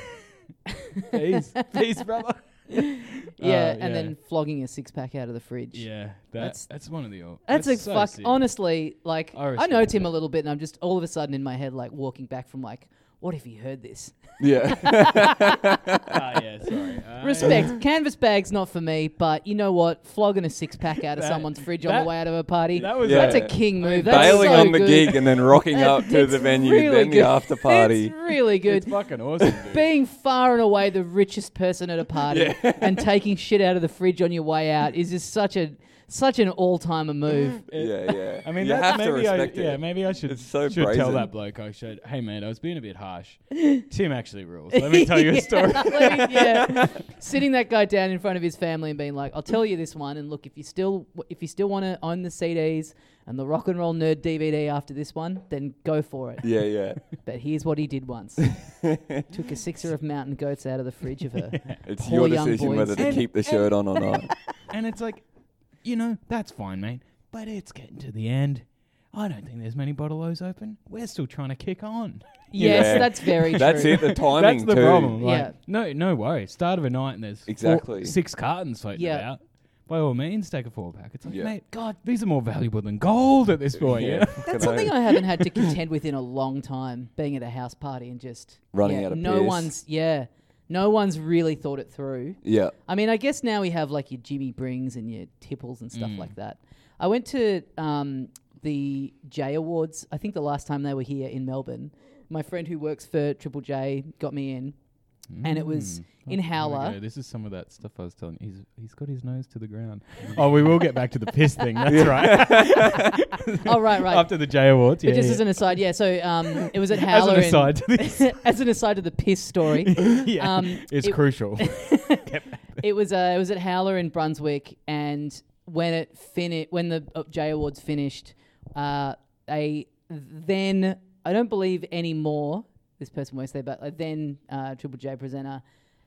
Speaker 1: peace, peace, brother.
Speaker 3: Yeah,
Speaker 1: Uh,
Speaker 3: and then flogging a six pack out of the fridge.
Speaker 1: yeah, that,
Speaker 3: That's-
Speaker 1: that's that's one of the old.
Speaker 3: That's, a
Speaker 1: so
Speaker 3: fuck.
Speaker 1: sick.
Speaker 3: Honestly, like
Speaker 1: I
Speaker 3: I, know
Speaker 1: respect
Speaker 3: Tim
Speaker 1: it.
Speaker 3: a little bit, and I'm just all of a sudden in my head like walking back from like, what if he heard this?
Speaker 2: Yeah.
Speaker 1: Ah, yeah, sorry. Uh,
Speaker 3: Respect. Canvas bags not for me, but you know what? Flogging a six pack out of
Speaker 1: That-
Speaker 3: someone's fridge on
Speaker 1: that-
Speaker 3: the way out of a party.
Speaker 1: that was
Speaker 3: that's
Speaker 2: Yeah.
Speaker 3: a king move. that's
Speaker 2: Bailing
Speaker 3: so
Speaker 2: on the
Speaker 3: good.
Speaker 2: gig and then rocking
Speaker 3: That-
Speaker 2: up to
Speaker 3: it's
Speaker 2: the venue,
Speaker 3: really
Speaker 2: then the
Speaker 3: good.
Speaker 2: after party.
Speaker 3: It's really
Speaker 1: It's
Speaker 3: good.
Speaker 1: fucking awesome. Dude.
Speaker 3: Being far and away the richest person at a party and taking shit out of the fridge on your way out is just such a such an all timer move.
Speaker 2: yeah, yeah.
Speaker 1: I mean,
Speaker 2: you
Speaker 1: that,
Speaker 2: have
Speaker 1: maybe
Speaker 2: to respect
Speaker 1: I,
Speaker 2: it.
Speaker 1: Yeah, maybe I should,
Speaker 2: It's so
Speaker 1: should tell
Speaker 2: brazen.
Speaker 1: that bloke. I should. Hey, man, I was being a bit harsh. Tim actually rules. Let me tell you a story.
Speaker 3: Like, yeah, sitting that guy down in front of his family and being like, "I'll tell you this one, and look, if you still if you still want to own the CDs and the rock and roll nerd DVD after this one, then go for it."
Speaker 2: yeah, yeah.
Speaker 3: But here's what he did once: took a sixer of mountain goats out of the fridge of her.
Speaker 2: It's
Speaker 3: Poor
Speaker 2: your
Speaker 3: young
Speaker 2: decision
Speaker 3: boys.
Speaker 2: whether to
Speaker 1: And-
Speaker 2: keep the
Speaker 1: and-
Speaker 2: shirt on or not.
Speaker 1: And it's like, you know, that's fine, mate. But it's getting to the end. I don't think there's many bottle O's open. We're still trying to kick on.
Speaker 3: Yes,
Speaker 2: Yeah.
Speaker 3: that's very
Speaker 2: That's
Speaker 3: true.
Speaker 2: it. The timing
Speaker 1: That's the
Speaker 2: too.
Speaker 1: problem. Like,
Speaker 3: Yeah.
Speaker 1: No, no worry. Start of a night and there's four-
Speaker 2: Exactly.
Speaker 1: six cartons floating
Speaker 3: Yeah.
Speaker 1: about. By all means, take a four pack. It's like,
Speaker 2: Yeah.
Speaker 1: mate, God, these are more valuable than gold at this point. Yeah.
Speaker 2: fucking
Speaker 3: That's something
Speaker 2: oath.
Speaker 3: I haven't had to contend with in a long time. Being at a house party and just
Speaker 2: Running
Speaker 3: yeah,
Speaker 2: out of
Speaker 3: no
Speaker 2: piss.
Speaker 3: one's yeah, no one's really thought it through.
Speaker 2: Yeah.
Speaker 3: I mean, I guess now we have like your Jimmy Brings and your Tipples and stuff
Speaker 1: Mm.
Speaker 3: like that. I went to um, the J Awards, I think the last time they were here in Melbourne. My friend who works for Triple J got me in, and it was
Speaker 1: Mm.
Speaker 3: in
Speaker 1: Oh, Here we go.
Speaker 3: Howler.
Speaker 1: This is some of that stuff I was telling you. He's, he's got his nose to the ground. oh, we will get back to the piss thing. That's right.
Speaker 3: oh, right, right.
Speaker 1: After the J Awards. Yeah,
Speaker 3: but just
Speaker 1: yeah.
Speaker 3: as an aside, yeah, so um, it was at
Speaker 1: As
Speaker 3: Howler.
Speaker 1: an
Speaker 3: in-
Speaker 1: aside to this.
Speaker 3: as an aside to the piss story.
Speaker 1: yeah.
Speaker 3: Um,
Speaker 1: it's
Speaker 3: it-
Speaker 1: crucial.
Speaker 3: it was uh, it was at Howler in Brunswick, and when it fini- when the uh, J Awards finished, uh, a then I don't believe anymore. This person works there, but a then uh, Triple J presenter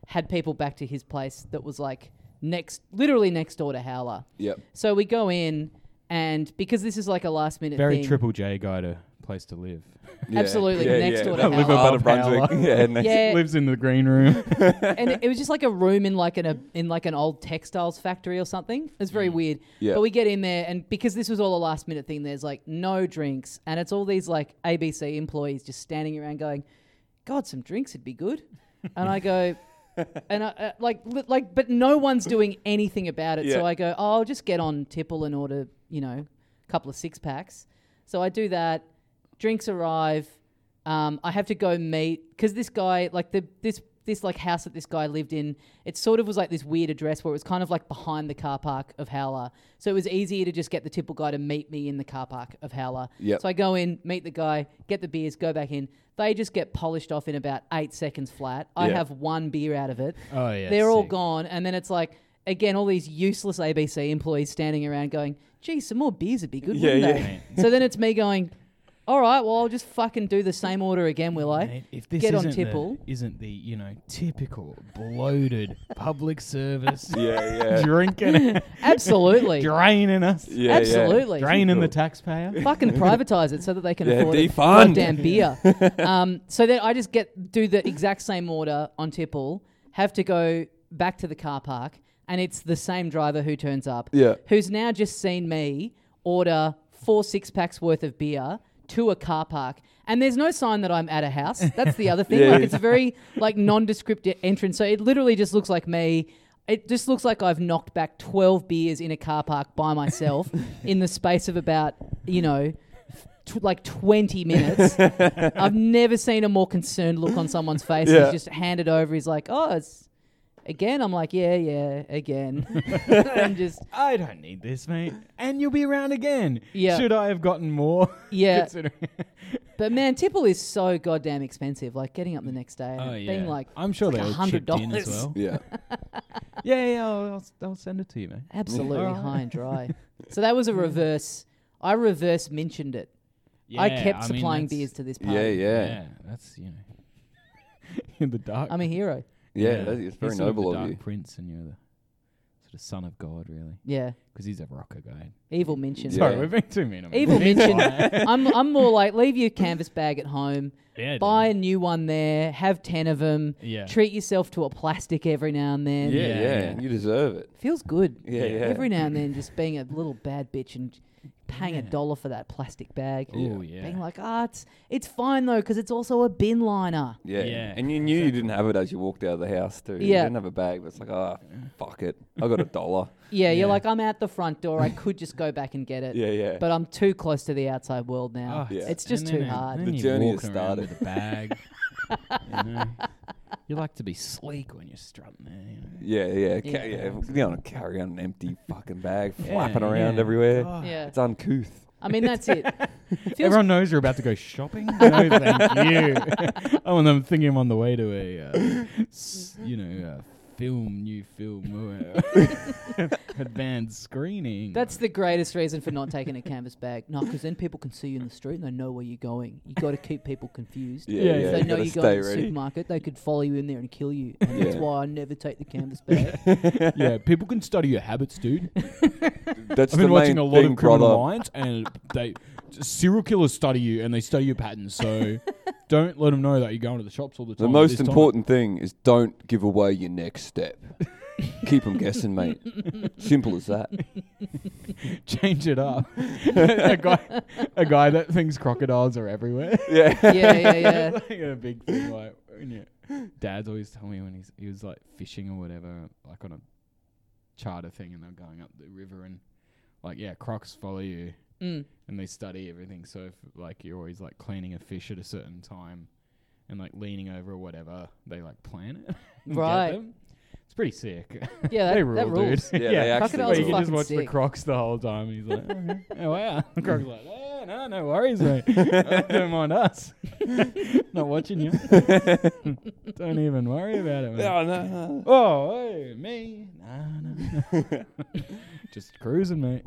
Speaker 3: had people back to his place that was like next, literally next door to Howler.
Speaker 2: Yep.
Speaker 3: So we go in, and because this is like a last minute
Speaker 1: Very
Speaker 3: thing,
Speaker 1: triple J guy to place to live.
Speaker 2: Yeah.
Speaker 3: Absolutely,
Speaker 2: Yeah,
Speaker 3: next
Speaker 2: yeah.
Speaker 3: door to
Speaker 2: That
Speaker 3: Howler.
Speaker 2: live above
Speaker 1: Above
Speaker 2: Brunswick.
Speaker 1: Howler.
Speaker 2: Yeah, next-
Speaker 3: yeah,
Speaker 1: Lives in the green room.
Speaker 3: and it was just like a room in like an a, in like an old textiles factory or something. It was
Speaker 1: Mm.
Speaker 3: very weird.
Speaker 2: Yeah.
Speaker 3: But we get in there, and because this was all a last minute thing, there's like no drinks, and it's all these like ABC employees just standing around going, "God, some drinks would be good," and I go. And I, uh, like, li- like, but no one's doing anything about it. So
Speaker 2: Yeah.
Speaker 3: I go, oh, I'll just get on Tipple and order, you know, a couple of six packs. So I do that. Drinks arrive. Um, I have to go meet because this guy, like the this this like house that this guy lived in, it sort of was like this weird address where it was kind of like behind the car park of Howler. So it was easier to just get the Tipple guy to meet me in the car park of Howler.
Speaker 2: Yep.
Speaker 3: So I go in, meet the guy, get the beers, go back in. They just get polished off in about eight seconds flat. I
Speaker 2: Yeah.
Speaker 3: have one beer out of it.
Speaker 1: Oh, yeah,
Speaker 3: They're all
Speaker 1: sick.
Speaker 3: gone, and then it's like again all these useless ABC employees standing around going, "Gee, some more beers would be good,
Speaker 2: Yeah,
Speaker 3: wouldn't
Speaker 2: yeah.
Speaker 3: they?" so then it's me going, all right, well, I'll just fucking do the same order again, will I?
Speaker 1: Mate, if this
Speaker 3: Get on
Speaker 1: isn't
Speaker 3: tipple.
Speaker 1: The, isn't the you know typical bloated public service
Speaker 2: Yeah, yeah.
Speaker 1: drinking,
Speaker 3: Absolutely.
Speaker 1: draining us,
Speaker 2: yeah
Speaker 3: Absolutely.
Speaker 1: draining the
Speaker 2: Sure.
Speaker 1: taxpayer.
Speaker 3: fucking privatize it so that they can
Speaker 2: Yeah,
Speaker 3: afford a
Speaker 2: defund.
Speaker 3: goddamn beer. um, so then I just get do the exact same order on Tipple, have to go back to the car park, and it's the same driver who turns up,
Speaker 2: Yeah.
Speaker 3: who's now just seen me order four six packs worth of beer to a car park. And there's no sign that I'm at a house. That's the other thing.
Speaker 2: Yeah,
Speaker 3: like
Speaker 2: yeah.
Speaker 3: it's a very like nondescript e- entrance. So it literally just looks like me. It just looks like I've knocked back 12 beers in a car park by myself in the space of about, you know, tw- like 20 minutes. I've never seen a more concerned look on someone's face.
Speaker 2: Yeah.
Speaker 3: He's just handed over. He's like, oh, it's again. I'm like, yeah, yeah, again. and just,
Speaker 1: I don't need this, mate. And you'll be around again.
Speaker 3: Yeah.
Speaker 1: Should I have gotten more?
Speaker 3: Yeah.
Speaker 1: Considering.
Speaker 3: but man, tipple is so goddamn expensive. Like getting up the next day and
Speaker 1: Oh,
Speaker 3: it
Speaker 1: yeah.
Speaker 3: being like,
Speaker 1: I'm sure
Speaker 3: like
Speaker 1: they all chipped in as
Speaker 3: $100.
Speaker 1: well.
Speaker 2: Yeah.
Speaker 1: Yeah, yeah. I'll, I'll, I'll send it to you, mate.
Speaker 3: absolutely
Speaker 1: Alright.
Speaker 3: high and dry. so that was a reverse. I reverse mentioned it. I
Speaker 1: Yeah,
Speaker 3: kept
Speaker 1: mean,
Speaker 3: supplying
Speaker 1: that's-
Speaker 3: beers to this party.
Speaker 2: Yeah,
Speaker 1: Yeah.
Speaker 2: yeah.
Speaker 1: that's you know, in the dark.
Speaker 3: I'm a hero.
Speaker 2: Yeah, that is very
Speaker 1: You're sort
Speaker 2: noble
Speaker 1: the
Speaker 2: of
Speaker 1: dark
Speaker 2: you.
Speaker 1: Prince, and you're the sort of son of God, really,
Speaker 3: Yeah.
Speaker 1: because he's a rocker guy.
Speaker 3: Evil mention.
Speaker 2: Yeah.
Speaker 1: Sorry, we've been too mean. on
Speaker 3: Evil
Speaker 1: him.
Speaker 3: mention. I'm, I'm more like, leave your canvas bag at home.
Speaker 1: yeah,
Speaker 3: buy a new one there, have 10 of them,
Speaker 1: dude. Yeah.
Speaker 3: treat yourself to a plastic every now and then.
Speaker 2: Yeah,
Speaker 1: Yeah,
Speaker 2: yeah,
Speaker 1: yeah.
Speaker 2: You deserve it.
Speaker 3: Feels good.
Speaker 2: Yeah, yeah.
Speaker 3: Every now and then just being a little bad bitch and paying a
Speaker 1: Yeah.
Speaker 3: dollar for that plastic bag.
Speaker 1: Oh yeah.
Speaker 3: Being like, ah, it's, it's fine though, because it's also a bin liner.
Speaker 2: Yeah.
Speaker 1: Yeah,
Speaker 2: And you knew you didn't have it as you walked out of the house too. You
Speaker 3: Yeah.
Speaker 2: didn't have a bag, but it's like, ah, fuck it. I got a dollar.
Speaker 3: Yeah,
Speaker 1: Yeah.
Speaker 3: you're like, I'm out the front door. I could just go back and get it.
Speaker 2: yeah, yeah.
Speaker 3: But I'm too close to the outside world now.
Speaker 1: Oh,
Speaker 2: Yeah.
Speaker 3: It's just
Speaker 1: and then
Speaker 3: too
Speaker 1: it-
Speaker 3: hard.
Speaker 1: then
Speaker 2: The
Speaker 1: you're
Speaker 2: journey has
Speaker 1: walking around
Speaker 2: started.
Speaker 1: With a bag. you, know? You like to be sleek when you're strutting there. You know?
Speaker 2: yeah, yeah.
Speaker 3: Yeah.
Speaker 2: Ca- yeah. You don't carry on an empty fucking bag,
Speaker 1: Yeah,
Speaker 2: flapping around
Speaker 1: yeah.
Speaker 2: everywhere.
Speaker 1: God.
Speaker 3: Yeah.
Speaker 2: It's uncouth.
Speaker 3: I mean, that's it. Feels
Speaker 1: Everyone knows you're about to go shopping. no, thank you. oh, and I'm thinking I'm on the way to a, uh, s- you know, uh, film, new film, uh, advanced screening.
Speaker 3: That's the greatest reason for not taking a canvas bag. No, because then people can see you in the street and they know where you're going. You got to keep people confused.
Speaker 2: Yeah,
Speaker 1: Yeah,
Speaker 2: yeah.
Speaker 1: yeah.
Speaker 3: If they
Speaker 2: you
Speaker 3: know
Speaker 2: gotta
Speaker 3: you're
Speaker 2: stay
Speaker 3: going to the
Speaker 2: ready.
Speaker 3: supermarket, they could follow you in there and kill you. And That's
Speaker 2: Yeah.
Speaker 3: why I never take the canvas bag.
Speaker 1: yeah. People can study your habits, dude.
Speaker 2: That's
Speaker 1: I've
Speaker 2: the
Speaker 1: been watching
Speaker 2: main
Speaker 1: a lot
Speaker 2: thing,
Speaker 1: of Criminal
Speaker 2: brother.
Speaker 1: Minds, and they serial killers study you and they study your patterns. So don't let them know that you're going to the shops all the time.
Speaker 2: The
Speaker 1: at
Speaker 2: most
Speaker 1: this time.
Speaker 2: important thing is don't give away your next step. Keep them guessing, mate. Simple as that.
Speaker 1: change it up. a guy, a guy that thinks crocodiles are everywhere.
Speaker 2: Yeah.
Speaker 3: yeah, yeah, yeah.
Speaker 1: It's like a big thing. Like, when you- Dad's always telling me when he's he was like fishing or whatever, like on a charter thing, and they're going up the river and like yeah, crocs follow you
Speaker 3: Mm.
Speaker 1: and they study everything. So if like you're always like cleaning a fish at a certain time and like leaning over or whatever, they like plan it. and get
Speaker 3: Right.
Speaker 1: them. It's pretty sick.
Speaker 3: Yeah, that,
Speaker 1: they
Speaker 3: that
Speaker 1: rule, dude.
Speaker 3: rules.
Speaker 2: Yeah, they actually
Speaker 3: Crocodiles
Speaker 1: Where
Speaker 3: are
Speaker 1: you
Speaker 2: will.
Speaker 1: can just
Speaker 3: fucking
Speaker 1: watch the
Speaker 3: sick.
Speaker 1: crocs the whole time. And he's like, "Okay. oh wow. The croc's like, yeah, no, no worries, mate. Oh, Don't mind us. Not watching you. Don't even worry about it, mate.
Speaker 2: Oh, no, no.
Speaker 1: Oh, hey, me? Nah, no, no. just cruising, mate.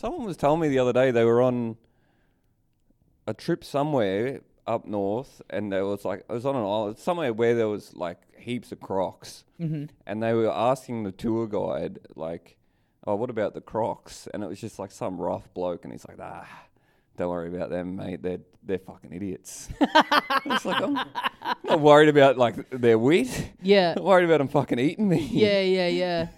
Speaker 2: Someone was telling me the other day they were on a trip somewhere up north, and there was like it was on an island somewhere where there was like heaps of crocs,
Speaker 3: Mm-hmm.
Speaker 2: and they were asking the tour guide like, "Oh, what about the crocs?" And it was just like some rough bloke, and he's like, "Ah, don't worry about them, mate. They're they're fucking idiots." it's like I'm not worried about like their wit.
Speaker 3: Yeah.
Speaker 2: Not worried about them fucking eating me.
Speaker 3: Yeah, yeah, yeah.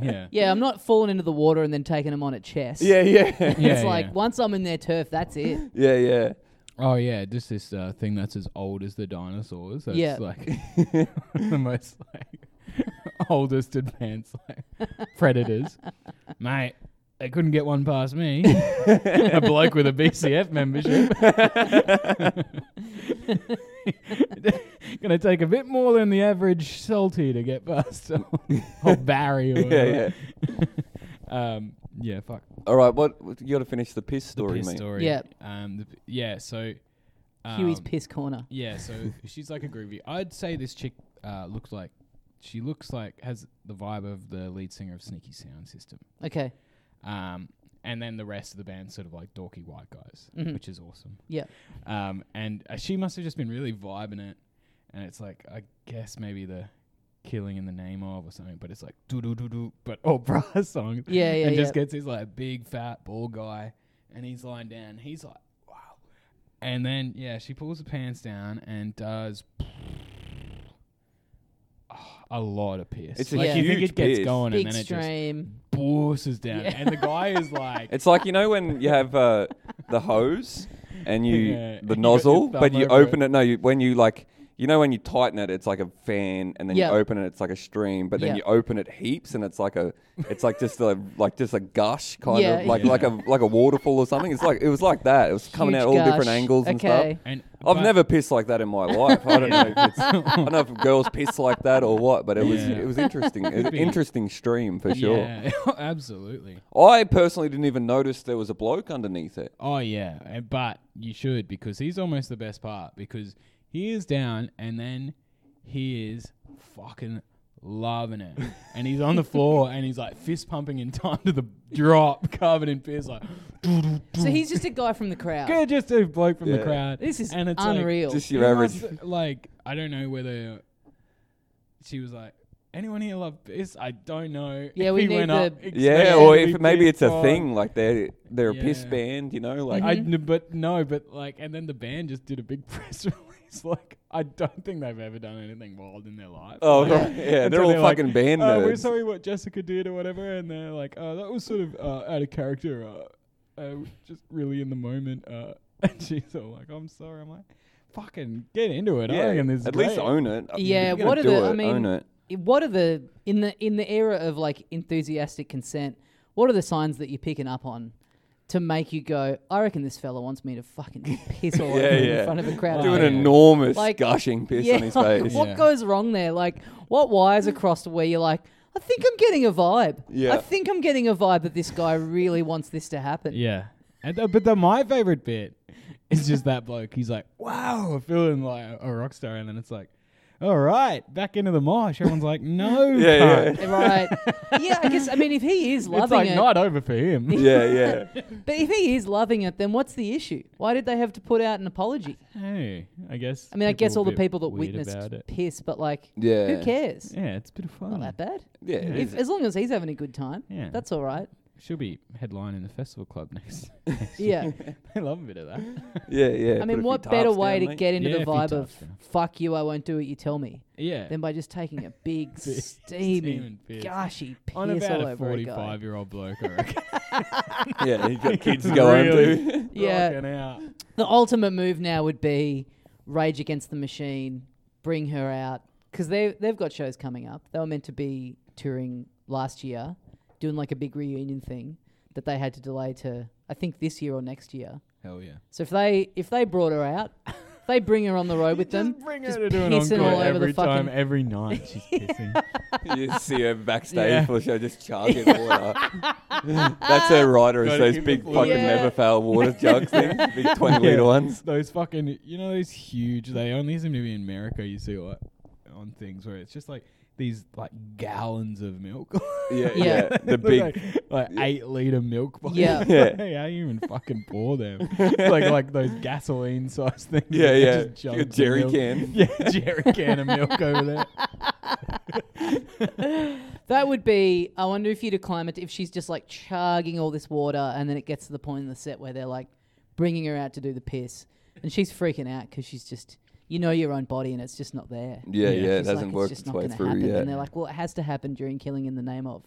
Speaker 1: Yeah.
Speaker 3: Yeah, I'm not falling into the water and then taking them on at chest.
Speaker 2: Yeah, yeah,
Speaker 1: Yeah,
Speaker 3: it's like
Speaker 1: yeah.
Speaker 3: once I'm in their turf, that's it.
Speaker 2: yeah, yeah.
Speaker 1: Oh yeah, just this uh, thing that's as old as the dinosaurs. That's
Speaker 3: Yeah.
Speaker 1: like the most like oldest advanced like predators. Mate, they couldn't get one past me. a bloke with a BCF membership. Gonna take a bit more than the average salty to get past or Barry or
Speaker 2: yeah,
Speaker 1: whatever.
Speaker 2: yeah.
Speaker 1: Um yeah, fuck.
Speaker 2: All right, what what- you got to finish the piss
Speaker 1: The
Speaker 2: story,
Speaker 1: piss
Speaker 2: mate.
Speaker 1: story.
Speaker 3: Yeah.
Speaker 1: Um the, p- yeah, so
Speaker 3: Huey's
Speaker 1: um,
Speaker 3: piss corner.
Speaker 1: yeah, so she's like a groovy. I'd say this chick uh, looks like she looks like has the vibe of the lead singer of Sneaky Sound System.
Speaker 3: Okay.
Speaker 1: Um, and then the rest of the band's sort of like dorky white guys,
Speaker 3: Mhm.
Speaker 1: which is awesome.
Speaker 3: Yeah.
Speaker 1: Um, and uh, she must have just been really vibing it, and it's like I guess maybe the killing in the name of or something, but it's like do do do do, but all brass songs.
Speaker 3: Yeah, yeah,
Speaker 1: And just
Speaker 3: yeah.
Speaker 1: gets his like big fat bald guy, and he's lying down. He's like wow, and then yeah, she pulls the pants down and does. A lot of piss.
Speaker 2: It's a
Speaker 1: like you think
Speaker 2: huge
Speaker 1: it gets
Speaker 2: piss.
Speaker 1: going,
Speaker 3: Big
Speaker 1: and then it just
Speaker 3: stream.
Speaker 1: bosses down,
Speaker 3: Yeah.
Speaker 1: and the guy is like,
Speaker 2: It's like you know when you have uh, the hose and you
Speaker 1: Yeah, and you
Speaker 2: the
Speaker 1: got your
Speaker 2: nozzle, but
Speaker 1: thumb
Speaker 2: you
Speaker 1: over
Speaker 2: open it. No, you, when you like you know when you tighten it, it's like a fan, and then
Speaker 3: Yeah.
Speaker 2: you open it, it's like a stream. But then you
Speaker 3: Yeah.
Speaker 2: open it heaps, and it's like a it's like just a like just a gush kind
Speaker 3: Yeah.
Speaker 2: of like
Speaker 1: Yeah.
Speaker 2: like a like a waterfall or something. It's like it was like that. It was coming
Speaker 3: Huge
Speaker 2: out all different
Speaker 3: gush.
Speaker 2: angles and
Speaker 3: okay.
Speaker 2: stuff.
Speaker 1: and
Speaker 2: I've
Speaker 1: but-
Speaker 2: never pissed like that in my life. I don't know. If it's, I
Speaker 1: Yeah.
Speaker 2: don't know if girls piss like that or what, but it was
Speaker 1: Yeah.
Speaker 2: it was interesting. It was an
Speaker 1: be.
Speaker 2: interesting stream for sure.
Speaker 1: Yeah, absolutely.
Speaker 2: I personally didn't even notice there was a bloke underneath it.
Speaker 1: Oh yeah, and- but you should because he's almost the best part because he is down and then he is fucking loving it, and he's on the floor and he's like fist pumping in time to the drop, covered in piss, like.
Speaker 3: So he's just a guy from the crowd.
Speaker 1: Yeah, just a bloke from
Speaker 2: Yeah.
Speaker 1: the crowd.
Speaker 3: This is
Speaker 1: and it's like,
Speaker 3: unreal.
Speaker 2: Just your
Speaker 1: He
Speaker 2: average.
Speaker 1: must, like I don't know whether she was like anyone here love piss. I don't know.
Speaker 3: Yeah,
Speaker 1: if
Speaker 3: we
Speaker 1: he
Speaker 3: need
Speaker 1: went up
Speaker 3: the-
Speaker 2: Yeah,
Speaker 1: expecting
Speaker 2: or
Speaker 1: to
Speaker 2: if
Speaker 1: be
Speaker 2: maybe it's
Speaker 1: pissed
Speaker 2: a
Speaker 1: on.
Speaker 2: they're they're a piss
Speaker 1: Yeah.
Speaker 2: band, you know, like
Speaker 3: Mm-hmm.
Speaker 1: I n- but no, but like, and then the band just did a big press release. Like, I don't think they've ever done anything wild in their life.
Speaker 2: oh
Speaker 1: Like,
Speaker 2: yeah, they're
Speaker 1: until
Speaker 2: all
Speaker 1: like,
Speaker 2: fucking band
Speaker 1: "Oh, we're
Speaker 2: nerds.
Speaker 1: sorry what Jessica did or whatever, and they're like, oh, that was sort of uh, out of character, uh, uh, just really in the moment. Uh, and she's all like, I'm sorry. I'm like, fucking get into it. I
Speaker 2: yeah,
Speaker 1: reckon this is
Speaker 2: at least
Speaker 1: great."
Speaker 2: own it. If
Speaker 3: Yeah,
Speaker 2: you're gonna
Speaker 3: what are
Speaker 2: do
Speaker 3: the- I
Speaker 2: it, own
Speaker 3: mean-
Speaker 2: it.
Speaker 3: I- what are the in the in the era of like enthusiastic consent what are the signs that you're picking up on to make you go i reckon this fella wants me to fucking piss all over
Speaker 2: Yeah,
Speaker 3: him
Speaker 2: yeah.
Speaker 3: in front of a crowd
Speaker 1: Oh,
Speaker 2: Do an
Speaker 1: yeah.
Speaker 2: enormous
Speaker 3: Like-
Speaker 2: gushing piss on his
Speaker 3: like,
Speaker 2: face.
Speaker 3: what
Speaker 1: Yeah.
Speaker 3: goes wrong there like what wires are crossed where you're like i think i'm getting a vibe
Speaker 2: Yeah.
Speaker 3: i think i'm getting a vibe that this guy really wants this to happen
Speaker 1: Yeah. And th- but the, my favorite bit is just that bloke. He's like, wow, feeling like a, a rock star. And then it's like, all right, back into the marsh. Everyone's like, no.
Speaker 2: Yeah, yeah.
Speaker 1: cunt."
Speaker 3: right yeah i guess i mean if he is loving
Speaker 1: It's like
Speaker 3: it
Speaker 1: not over for him.
Speaker 2: yeah, yeah.
Speaker 3: but if he is loving it then what's the issue why did they have to put out an apology
Speaker 1: Hey, I guess.
Speaker 3: I mean, I guess all the people that
Speaker 1: witnessed
Speaker 3: witnessed piss, but like,
Speaker 2: Yeah.
Speaker 3: who cares?
Speaker 1: Yeah, it's a bit of fun.
Speaker 3: Not Oh, that bad.
Speaker 2: Yeah, it
Speaker 3: If,
Speaker 2: is.
Speaker 3: as long as he's having a good time,
Speaker 1: Yeah.
Speaker 3: that's all right.
Speaker 1: She'll be headline in the festival club next.
Speaker 3: Yeah.
Speaker 1: I love a bit of that.
Speaker 2: yeah, yeah.
Speaker 3: I
Speaker 2: put a
Speaker 3: mean,
Speaker 2: few
Speaker 3: what
Speaker 2: tarps
Speaker 3: better
Speaker 2: down,
Speaker 3: way to
Speaker 2: mate.
Speaker 3: get into
Speaker 1: Yeah,
Speaker 3: the
Speaker 1: a few
Speaker 3: vibe
Speaker 1: tarps
Speaker 3: of
Speaker 1: down.
Speaker 3: fuck you, I won't do what you tell me
Speaker 1: Yeah.
Speaker 3: than by just taking a big,
Speaker 1: Big
Speaker 3: steamy,
Speaker 1: steaming piss.
Speaker 3: gushy piss
Speaker 1: on about
Speaker 3: all
Speaker 1: a
Speaker 3: over a guy.
Speaker 1: forty-five-year-old bloke, I reckon.
Speaker 2: Yeah, you got kids going
Speaker 1: Really?
Speaker 2: too.
Speaker 3: Yeah.
Speaker 1: Rocking out.
Speaker 3: The ultimate move now would be Rage Against the Machine, bring her out because they they've got shows coming up. They were meant to be touring last year, doing like a big reunion thing that they had to delay to I think this year or next year.
Speaker 1: Hell yeah.
Speaker 3: So if they if they brought her out, if they bring her on the road with them.
Speaker 1: Just bring
Speaker 3: just
Speaker 1: her to do an
Speaker 3: pissing
Speaker 1: encore
Speaker 3: all over the
Speaker 1: every time,
Speaker 3: fucking-
Speaker 1: every night. She's pissing.
Speaker 2: you see her backstage
Speaker 1: Yeah.
Speaker 2: for the show just chugging water. That's her rider, is
Speaker 1: Gotta
Speaker 2: those
Speaker 1: keep
Speaker 2: big
Speaker 1: the flow.
Speaker 2: fucking
Speaker 3: Yeah.
Speaker 2: never fail water jugs, thing, big 20 litre ones.
Speaker 1: Those fucking, you know, those huge. They only seem to be in America. You see like on things where it's just like these like gallons of milk.
Speaker 2: Yeah,
Speaker 3: Yeah.
Speaker 2: yeah. The
Speaker 1: Look
Speaker 2: big.
Speaker 1: like, like eight liter milk. bottles.
Speaker 3: Yeah.
Speaker 2: Yeah.
Speaker 1: hey, how you even fucking pour them? It's like like those gasoline sized things.
Speaker 2: Yeah,
Speaker 1: that
Speaker 2: yeah.
Speaker 1: just
Speaker 2: Like a
Speaker 1: jugs of
Speaker 2: jerry
Speaker 1: milk.
Speaker 2: can.
Speaker 1: Yeah, jerry can of milk over there.
Speaker 3: That would be. I wonder if you'd have climbed if she's just like chugging all this water, and then it gets to the point in the set where they're like bringing her out to do the piss, and she's freaking out because she's just you know your own body, and it's just not there.
Speaker 1: Yeah.
Speaker 2: Yeah, yeah,
Speaker 1: It's
Speaker 2: it
Speaker 3: She's like,
Speaker 2: hasn't worked
Speaker 3: just
Speaker 2: its
Speaker 3: not
Speaker 2: way
Speaker 3: gonna
Speaker 2: through
Speaker 3: happen.
Speaker 2: yet.
Speaker 3: And they're like, well, it has to happen during Killing in the Name of.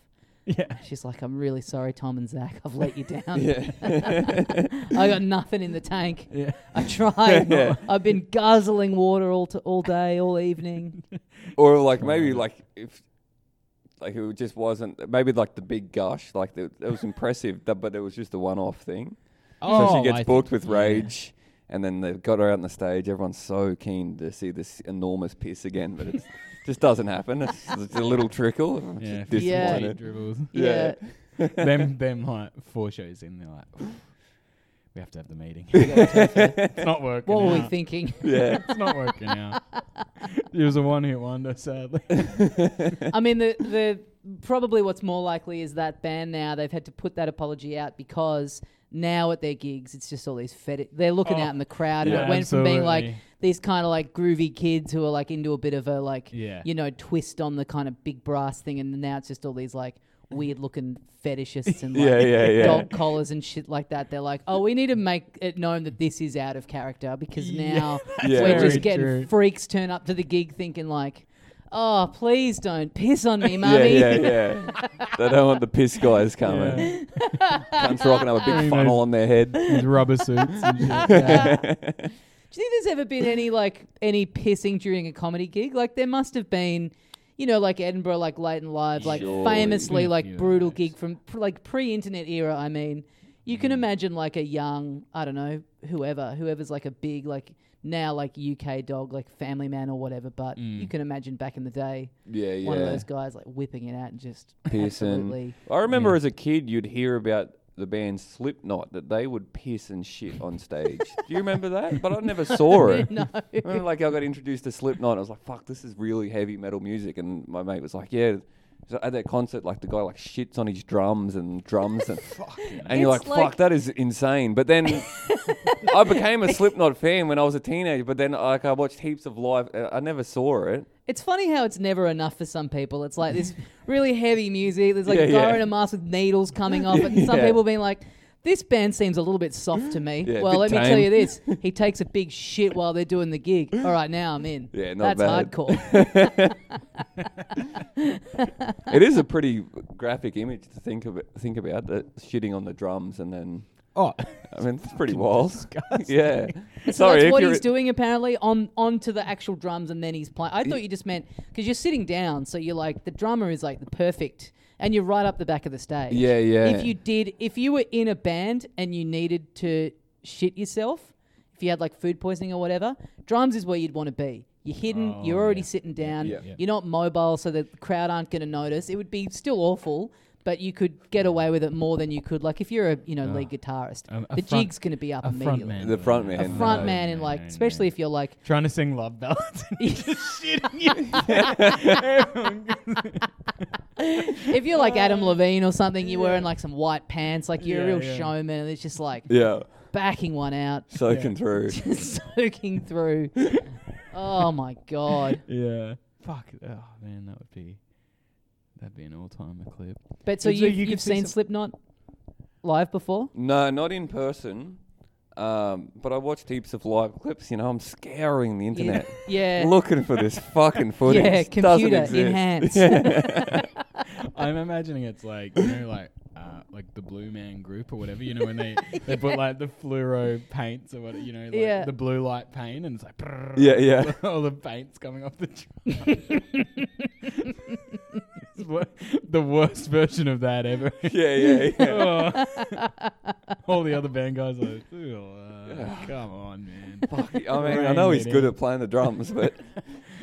Speaker 1: Yeah.
Speaker 3: She's like, I'm really sorry, Tom and Zach, I've let you down.
Speaker 2: yeah.
Speaker 3: "Oh." I got nothing in the tank.
Speaker 1: Yeah.
Speaker 3: I tried.
Speaker 2: Yeah.
Speaker 3: I've been guzzling water all to, all day, all evening.
Speaker 2: or like maybe
Speaker 1: Right.
Speaker 2: like if like it just wasn't maybe like the big gush like the, it was impressive th- but it was just a one-off thing. so
Speaker 1: Oh,
Speaker 3: Oh,
Speaker 2: she gets booked with rage. And then they've got her out on the stage. Everyone's so keen to see this enormous piss again, but it just doesn't happen. It's, it's a little trickle. I'm
Speaker 1: Yeah,
Speaker 2: just
Speaker 1: fifty
Speaker 3: Yeah.
Speaker 1: feet
Speaker 2: disappointed.
Speaker 1: dribbles.
Speaker 3: Yeah.
Speaker 1: them, them like four shows in, they're like, we have to have the meeting. it's not working.
Speaker 3: What were we
Speaker 1: out.
Speaker 3: thinking?
Speaker 2: Yeah.
Speaker 1: It's not working out. it was a one-hit wonder, sadly.
Speaker 3: I mean, the the probably what's more likely is that band now they've had to put that apology out because now at their gigs it's just all these fetish. They're looking
Speaker 1: Oh,
Speaker 3: out in the crowd,
Speaker 1: yeah,
Speaker 3: and it went from being like
Speaker 1: absolutely.
Speaker 3: these kind of like groovy kids who are like into a bit of a like
Speaker 1: Yeah.
Speaker 3: you know twist on the kind of big brass thing, and now it's just all these like weird looking fetishists and like
Speaker 2: Yeah, yeah, yeah.
Speaker 3: dog collars and shit like that. They're like, oh, we need to make it known that this is out of character because
Speaker 1: Yeah,
Speaker 3: now
Speaker 2: that's Yeah.
Speaker 3: we're
Speaker 1: very
Speaker 3: just getting
Speaker 1: true.
Speaker 3: freaks turn up to the gig thinking like. Oh, please don't piss on me, mummy.
Speaker 2: Yeah, yeah, yeah. they don't want the piss guys coming. Cunts rocking up a
Speaker 1: Yeah, you know.
Speaker 2: big funnel on their head.
Speaker 1: with rubber suits and shit.
Speaker 3: Do you think there's ever been any like any pissing during a comedy gig? Like there must have been, you know, like Edinburgh, like late and live, like
Speaker 2: Surely.
Speaker 3: famously
Speaker 1: Been a
Speaker 3: like
Speaker 1: few
Speaker 3: brutal
Speaker 1: of those.
Speaker 3: gig from pr- like pre-internet era. I mean, you can imagine like a young, I don't know, whoever, whoever's like a big like now like UK dog, like Family Man or whatever. But you can imagine back in the day,
Speaker 2: Yeah, yeah.
Speaker 3: one of those guys like whipping it out and just
Speaker 2: Piercing.
Speaker 3: absolutely.
Speaker 2: I remember as a kid, you'd hear about the band Slipknot that they would piss and shit on stage. Do you remember that? But I never saw it.
Speaker 3: No.
Speaker 2: I remember, like I got introduced to Slipknot. I was like, "Fuck, this is really heavy metal music." And my mate was like, "Yeah." So at that concert, like the guy like shits on his drums and drums and and you're
Speaker 3: It's
Speaker 2: like,
Speaker 3: like-
Speaker 2: "Fuck, that is insane." But then I became a Slipknot fan when I was a teenager. But then like I watched heaps of live. uh, I never saw it.
Speaker 3: It's funny how it's never enough for some people. It's like this really heavy music. There's like a
Speaker 2: Yeah,
Speaker 3: guy
Speaker 2: yeah.
Speaker 3: in a mask with needles coming off, it, and some
Speaker 2: Yeah.
Speaker 3: people being like, "This band seems a little bit soft to me."
Speaker 2: Yeah, a
Speaker 3: well, let
Speaker 2: bit
Speaker 3: me tell
Speaker 2: tame.
Speaker 3: you this: he takes a big shit while they're doing the gig. All right, now I'm in.
Speaker 2: Yeah, not
Speaker 3: That's
Speaker 2: bad.
Speaker 3: hardcore.
Speaker 2: It is a pretty graphic image to think of. Think about that shitting on the drums and then.
Speaker 1: Oh,
Speaker 2: I mean, it's pretty wild.
Speaker 1: disgusting.
Speaker 2: Yeah.
Speaker 3: so
Speaker 2: Sorry,
Speaker 3: that's
Speaker 2: if
Speaker 3: what
Speaker 2: you're-
Speaker 3: he's doing apparently on onto the actual drums, and then he's playing. I thought you just meant because you're sitting down, so you're like the drummer is like the perfect, and you're right up the back of the stage.
Speaker 2: Yeah, yeah.
Speaker 3: if you did if you were in a band and you needed to shit yourself if you had like food poisoning or whatever drums is where you'd want to be you're hidden
Speaker 1: Oh,
Speaker 3: you're already
Speaker 1: yeah.
Speaker 3: sitting down
Speaker 2: Yeah.
Speaker 1: Yeah.
Speaker 3: you're not mobile so the crowd aren't going to notice it would be still awful but you could get away with it more than you could like if you're a you know lead guitarist
Speaker 1: A- a
Speaker 3: the
Speaker 1: front-
Speaker 3: jig's going to be up
Speaker 1: a
Speaker 3: immediately
Speaker 1: front man.
Speaker 2: The front man.
Speaker 3: a front
Speaker 1: No,
Speaker 3: man
Speaker 1: no,
Speaker 3: and like
Speaker 1: no, no.
Speaker 3: especially if you're like
Speaker 1: Trying to sing love ballads and he's just shitting you.
Speaker 3: if you're like adam levine or something you're wearing like some white pants like you're
Speaker 1: Yeah,
Speaker 3: a real
Speaker 1: yeah.
Speaker 3: showman and it's just like
Speaker 2: yeah,
Speaker 3: backing one out
Speaker 2: soaking
Speaker 1: Yeah.
Speaker 2: through.
Speaker 3: soaking through. oh my god!
Speaker 1: yeah. Fuck. Oh man, that would be that'd be an all-timer clip.
Speaker 3: But so
Speaker 1: And so
Speaker 3: you,
Speaker 1: you
Speaker 3: you
Speaker 1: could
Speaker 3: have
Speaker 1: see
Speaker 3: seen
Speaker 1: some-
Speaker 3: Slipknot live before?
Speaker 2: No, not in person. Um, but I watched heaps of live clips. You know, I'm scouring the internet,
Speaker 3: Yeah.
Speaker 2: looking for this fucking footage.
Speaker 3: yeah,
Speaker 2: It doesn't
Speaker 3: computer
Speaker 2: exist.
Speaker 3: enhanced.
Speaker 1: I'm imagining it's like you know, like uh, like the Blue Man Group or whatever. You know, when they they put like the fluoro paints or what you know, like
Speaker 3: Yeah.
Speaker 1: the blue light paint, and it's like brrrr,
Speaker 2: Yeah, yeah.
Speaker 1: all the paints coming off the. Truck. It's wor- the worst version of that ever.
Speaker 2: Yeah, yeah, yeah.
Speaker 1: Oh. all the other band guys are like, "Ew, uh, come on, man.
Speaker 2: Fuck, I mean, I know he's good at playing the drums, but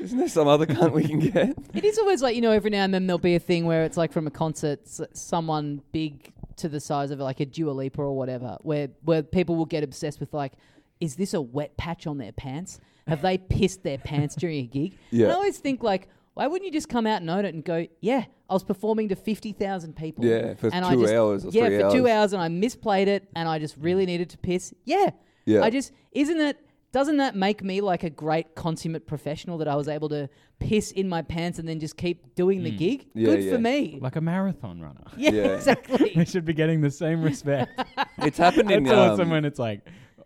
Speaker 2: isn't there some other cunt we can get?
Speaker 3: It is always like you know, every now and then there'll be a thing where it's like from a concert, s- someone big to the size of like a Dua Lipa or whatever, where where people will get obsessed with like, is this a wet patch on their pants? Have they pissed their pants during a gig?
Speaker 2: Yeah.
Speaker 3: And I always think like. Why wouldn't you just come out and own it and go, yeah, I was performing to 50,000 people.
Speaker 2: Yeah, for
Speaker 3: and I
Speaker 2: two
Speaker 3: just-
Speaker 2: hours or
Speaker 3: Yeah,
Speaker 2: three
Speaker 3: for two
Speaker 2: hours."
Speaker 3: hours and I misplayed it and I just really needed to piss. Yeah.
Speaker 2: Yeah.
Speaker 3: I just isn't that doesn't that make me like a great consummate professional that I was able to piss in my pants and then just keep doing
Speaker 1: Mm.
Speaker 3: the gig?
Speaker 2: Yeah,
Speaker 3: Good
Speaker 2: yeah.
Speaker 3: for me.
Speaker 1: Like a marathon runner.
Speaker 3: Yeah,
Speaker 2: Yeah.
Speaker 1: They
Speaker 3: exactly.
Speaker 1: should be getting the same respect.
Speaker 2: It's happened in
Speaker 1: That's
Speaker 2: um,
Speaker 1: awesome when it's like,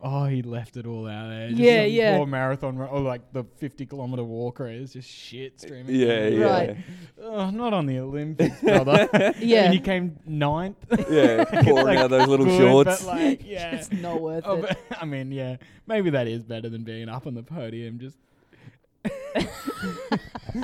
Speaker 1: oh, he left it all out there. Just
Speaker 3: Yeah,
Speaker 1: some
Speaker 3: yeah.
Speaker 1: Poor marathon run, or like the fifty-kilometer walker is just shit streaming.
Speaker 2: Yeah, yeah,
Speaker 3: Right.
Speaker 1: Oh, not on the Olympics, brother.
Speaker 3: Yeah.
Speaker 1: And you came ninth.
Speaker 2: yeah, pouring
Speaker 1: Like,
Speaker 2: out those little
Speaker 1: good,
Speaker 2: shorts.
Speaker 1: But like, yeah.
Speaker 3: It's not worth
Speaker 1: Oh,
Speaker 3: it.
Speaker 1: but, I mean, yeah. Maybe that is better than being up on the podium just.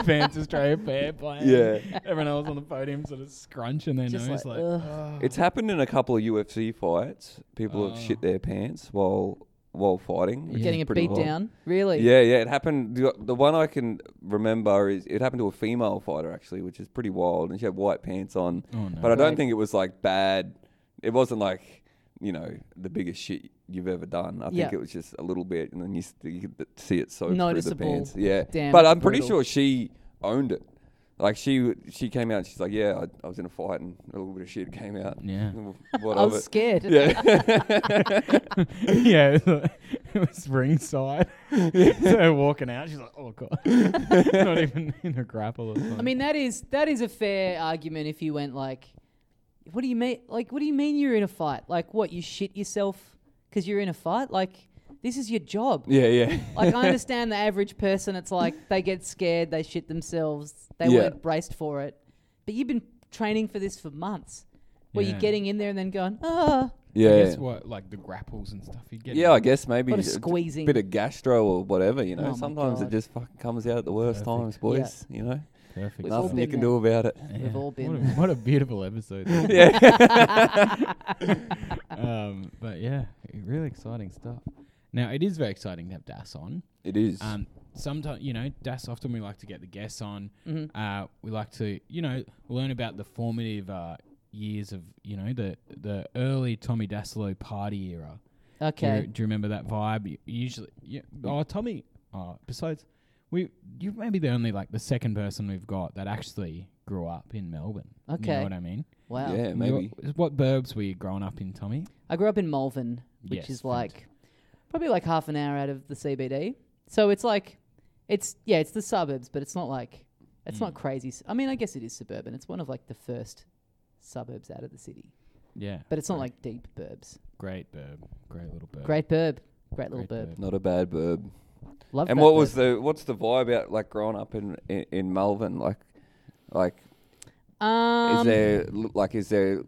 Speaker 1: Fans Australia Fair playing.
Speaker 2: Yeah.
Speaker 1: Everyone else on the podium sort of scrunching their
Speaker 3: Just
Speaker 1: nose
Speaker 3: like,
Speaker 1: like,
Speaker 3: ugh.
Speaker 1: "Oh."
Speaker 2: It's happened in a couple of UFC fights. People
Speaker 1: Oh.
Speaker 2: have shit their pants while while fighting. which is
Speaker 3: Getting a
Speaker 2: pretty
Speaker 3: beat
Speaker 2: wild.
Speaker 3: down. Really?
Speaker 2: Yeah, yeah, it happened. the- The one I can remember is it happened to a female fighter actually, which is pretty wild, and she had white pants on.
Speaker 1: Oh, no.
Speaker 2: But I don't
Speaker 3: Right.
Speaker 2: think it was like bad. It wasn't like you know the biggest shit you've ever done. I think
Speaker 3: Yeah.
Speaker 2: it was just a little bit, and then you, s- you could see it so through the
Speaker 3: Noticeable
Speaker 2: pants. Yeah,
Speaker 3: damage,
Speaker 2: but I'm pretty
Speaker 3: brutal.
Speaker 2: sure she owned it. Like she she came out and she's like, yeah, I, I was in a fight and a little bit of shit came out.
Speaker 1: Yeah.
Speaker 2: What
Speaker 3: I
Speaker 2: of
Speaker 3: was
Speaker 2: it?
Speaker 3: scared.
Speaker 2: Yeah.
Speaker 1: yeah, it was ringside. so walking out, she's like, "Oh god," not even in a grapple. Or something.
Speaker 3: I mean, that is that is a fair argument if you went like, what do you mean? Like, what do you mean you're in a fight? Like, what you shit yourself because you're in a fight? Like, this is your job.
Speaker 2: yeah, yeah.
Speaker 3: Like, I understand the average person. It's like they get scared, they shit themselves, they
Speaker 2: Yeah.
Speaker 3: weren't braced for it. But you've been training for this for months, where
Speaker 1: Yeah.
Speaker 3: you're getting in there and then going, ah,
Speaker 2: Yeah.
Speaker 1: I guess what like the grapples and stuff you get.
Speaker 2: Yeah, I guess maybe
Speaker 3: What a
Speaker 2: d- d-
Speaker 3: squeezing.
Speaker 2: bit of gastro or whatever. You
Speaker 3: Oh
Speaker 2: know,
Speaker 3: my
Speaker 2: sometimes it
Speaker 3: God.
Speaker 2: just fucking comes out at the worst
Speaker 1: Perfect.
Speaker 2: times, boys. You know,
Speaker 1: perfect.
Speaker 3: We've all
Speaker 2: nothing you
Speaker 3: been
Speaker 2: can
Speaker 3: there.
Speaker 2: do about it.
Speaker 1: Yeah.
Speaker 3: We've all been
Speaker 1: What a,
Speaker 3: there.
Speaker 1: what a beautiful episode.
Speaker 2: yeah,
Speaker 1: um, but yeah, really exciting stuff. Now it is very exciting to have Das on.
Speaker 2: it is.
Speaker 1: Um, sometimes you know, Das often we like to get the guests on.
Speaker 3: Mm-hmm.
Speaker 1: Uh, we like to you know learn about the formative uh, years of you know the the early Tommy Dasilo party era. Do you,
Speaker 3: okay.
Speaker 1: do you remember that vibe? You- Usually, yeah. Oh, Tommy. Oh, besides, we you may be the only like the second person we've got that actually grew up in Melbourne. you
Speaker 3: Okay.
Speaker 1: know what I mean.
Speaker 3: Wow.
Speaker 2: yeah, maybe.
Speaker 1: What, what burbs were you growing up in, Tommy?
Speaker 3: I grew up in Malvern, which
Speaker 1: Yes,
Speaker 3: is
Speaker 1: fant-
Speaker 3: like probably like half an hour out of the CBD. So it's like it's yeah, it's the suburbs, but it's not like it's
Speaker 1: Mm.
Speaker 3: not crazy. s- I mean, I guess it is suburban. It's one of like the first suburbs out of the city,
Speaker 1: Yeah,
Speaker 3: but it's not like deep burbs.
Speaker 1: great burb, great little burb.
Speaker 3: Great burb, great little
Speaker 1: Great
Speaker 3: burb.
Speaker 2: Not a bad verb.
Speaker 3: Love.
Speaker 2: And
Speaker 3: that
Speaker 2: what
Speaker 3: burb.
Speaker 2: was the what's the vibe out like growing up in in, in Melbourne? Like, like
Speaker 3: um,
Speaker 2: is there l- like is there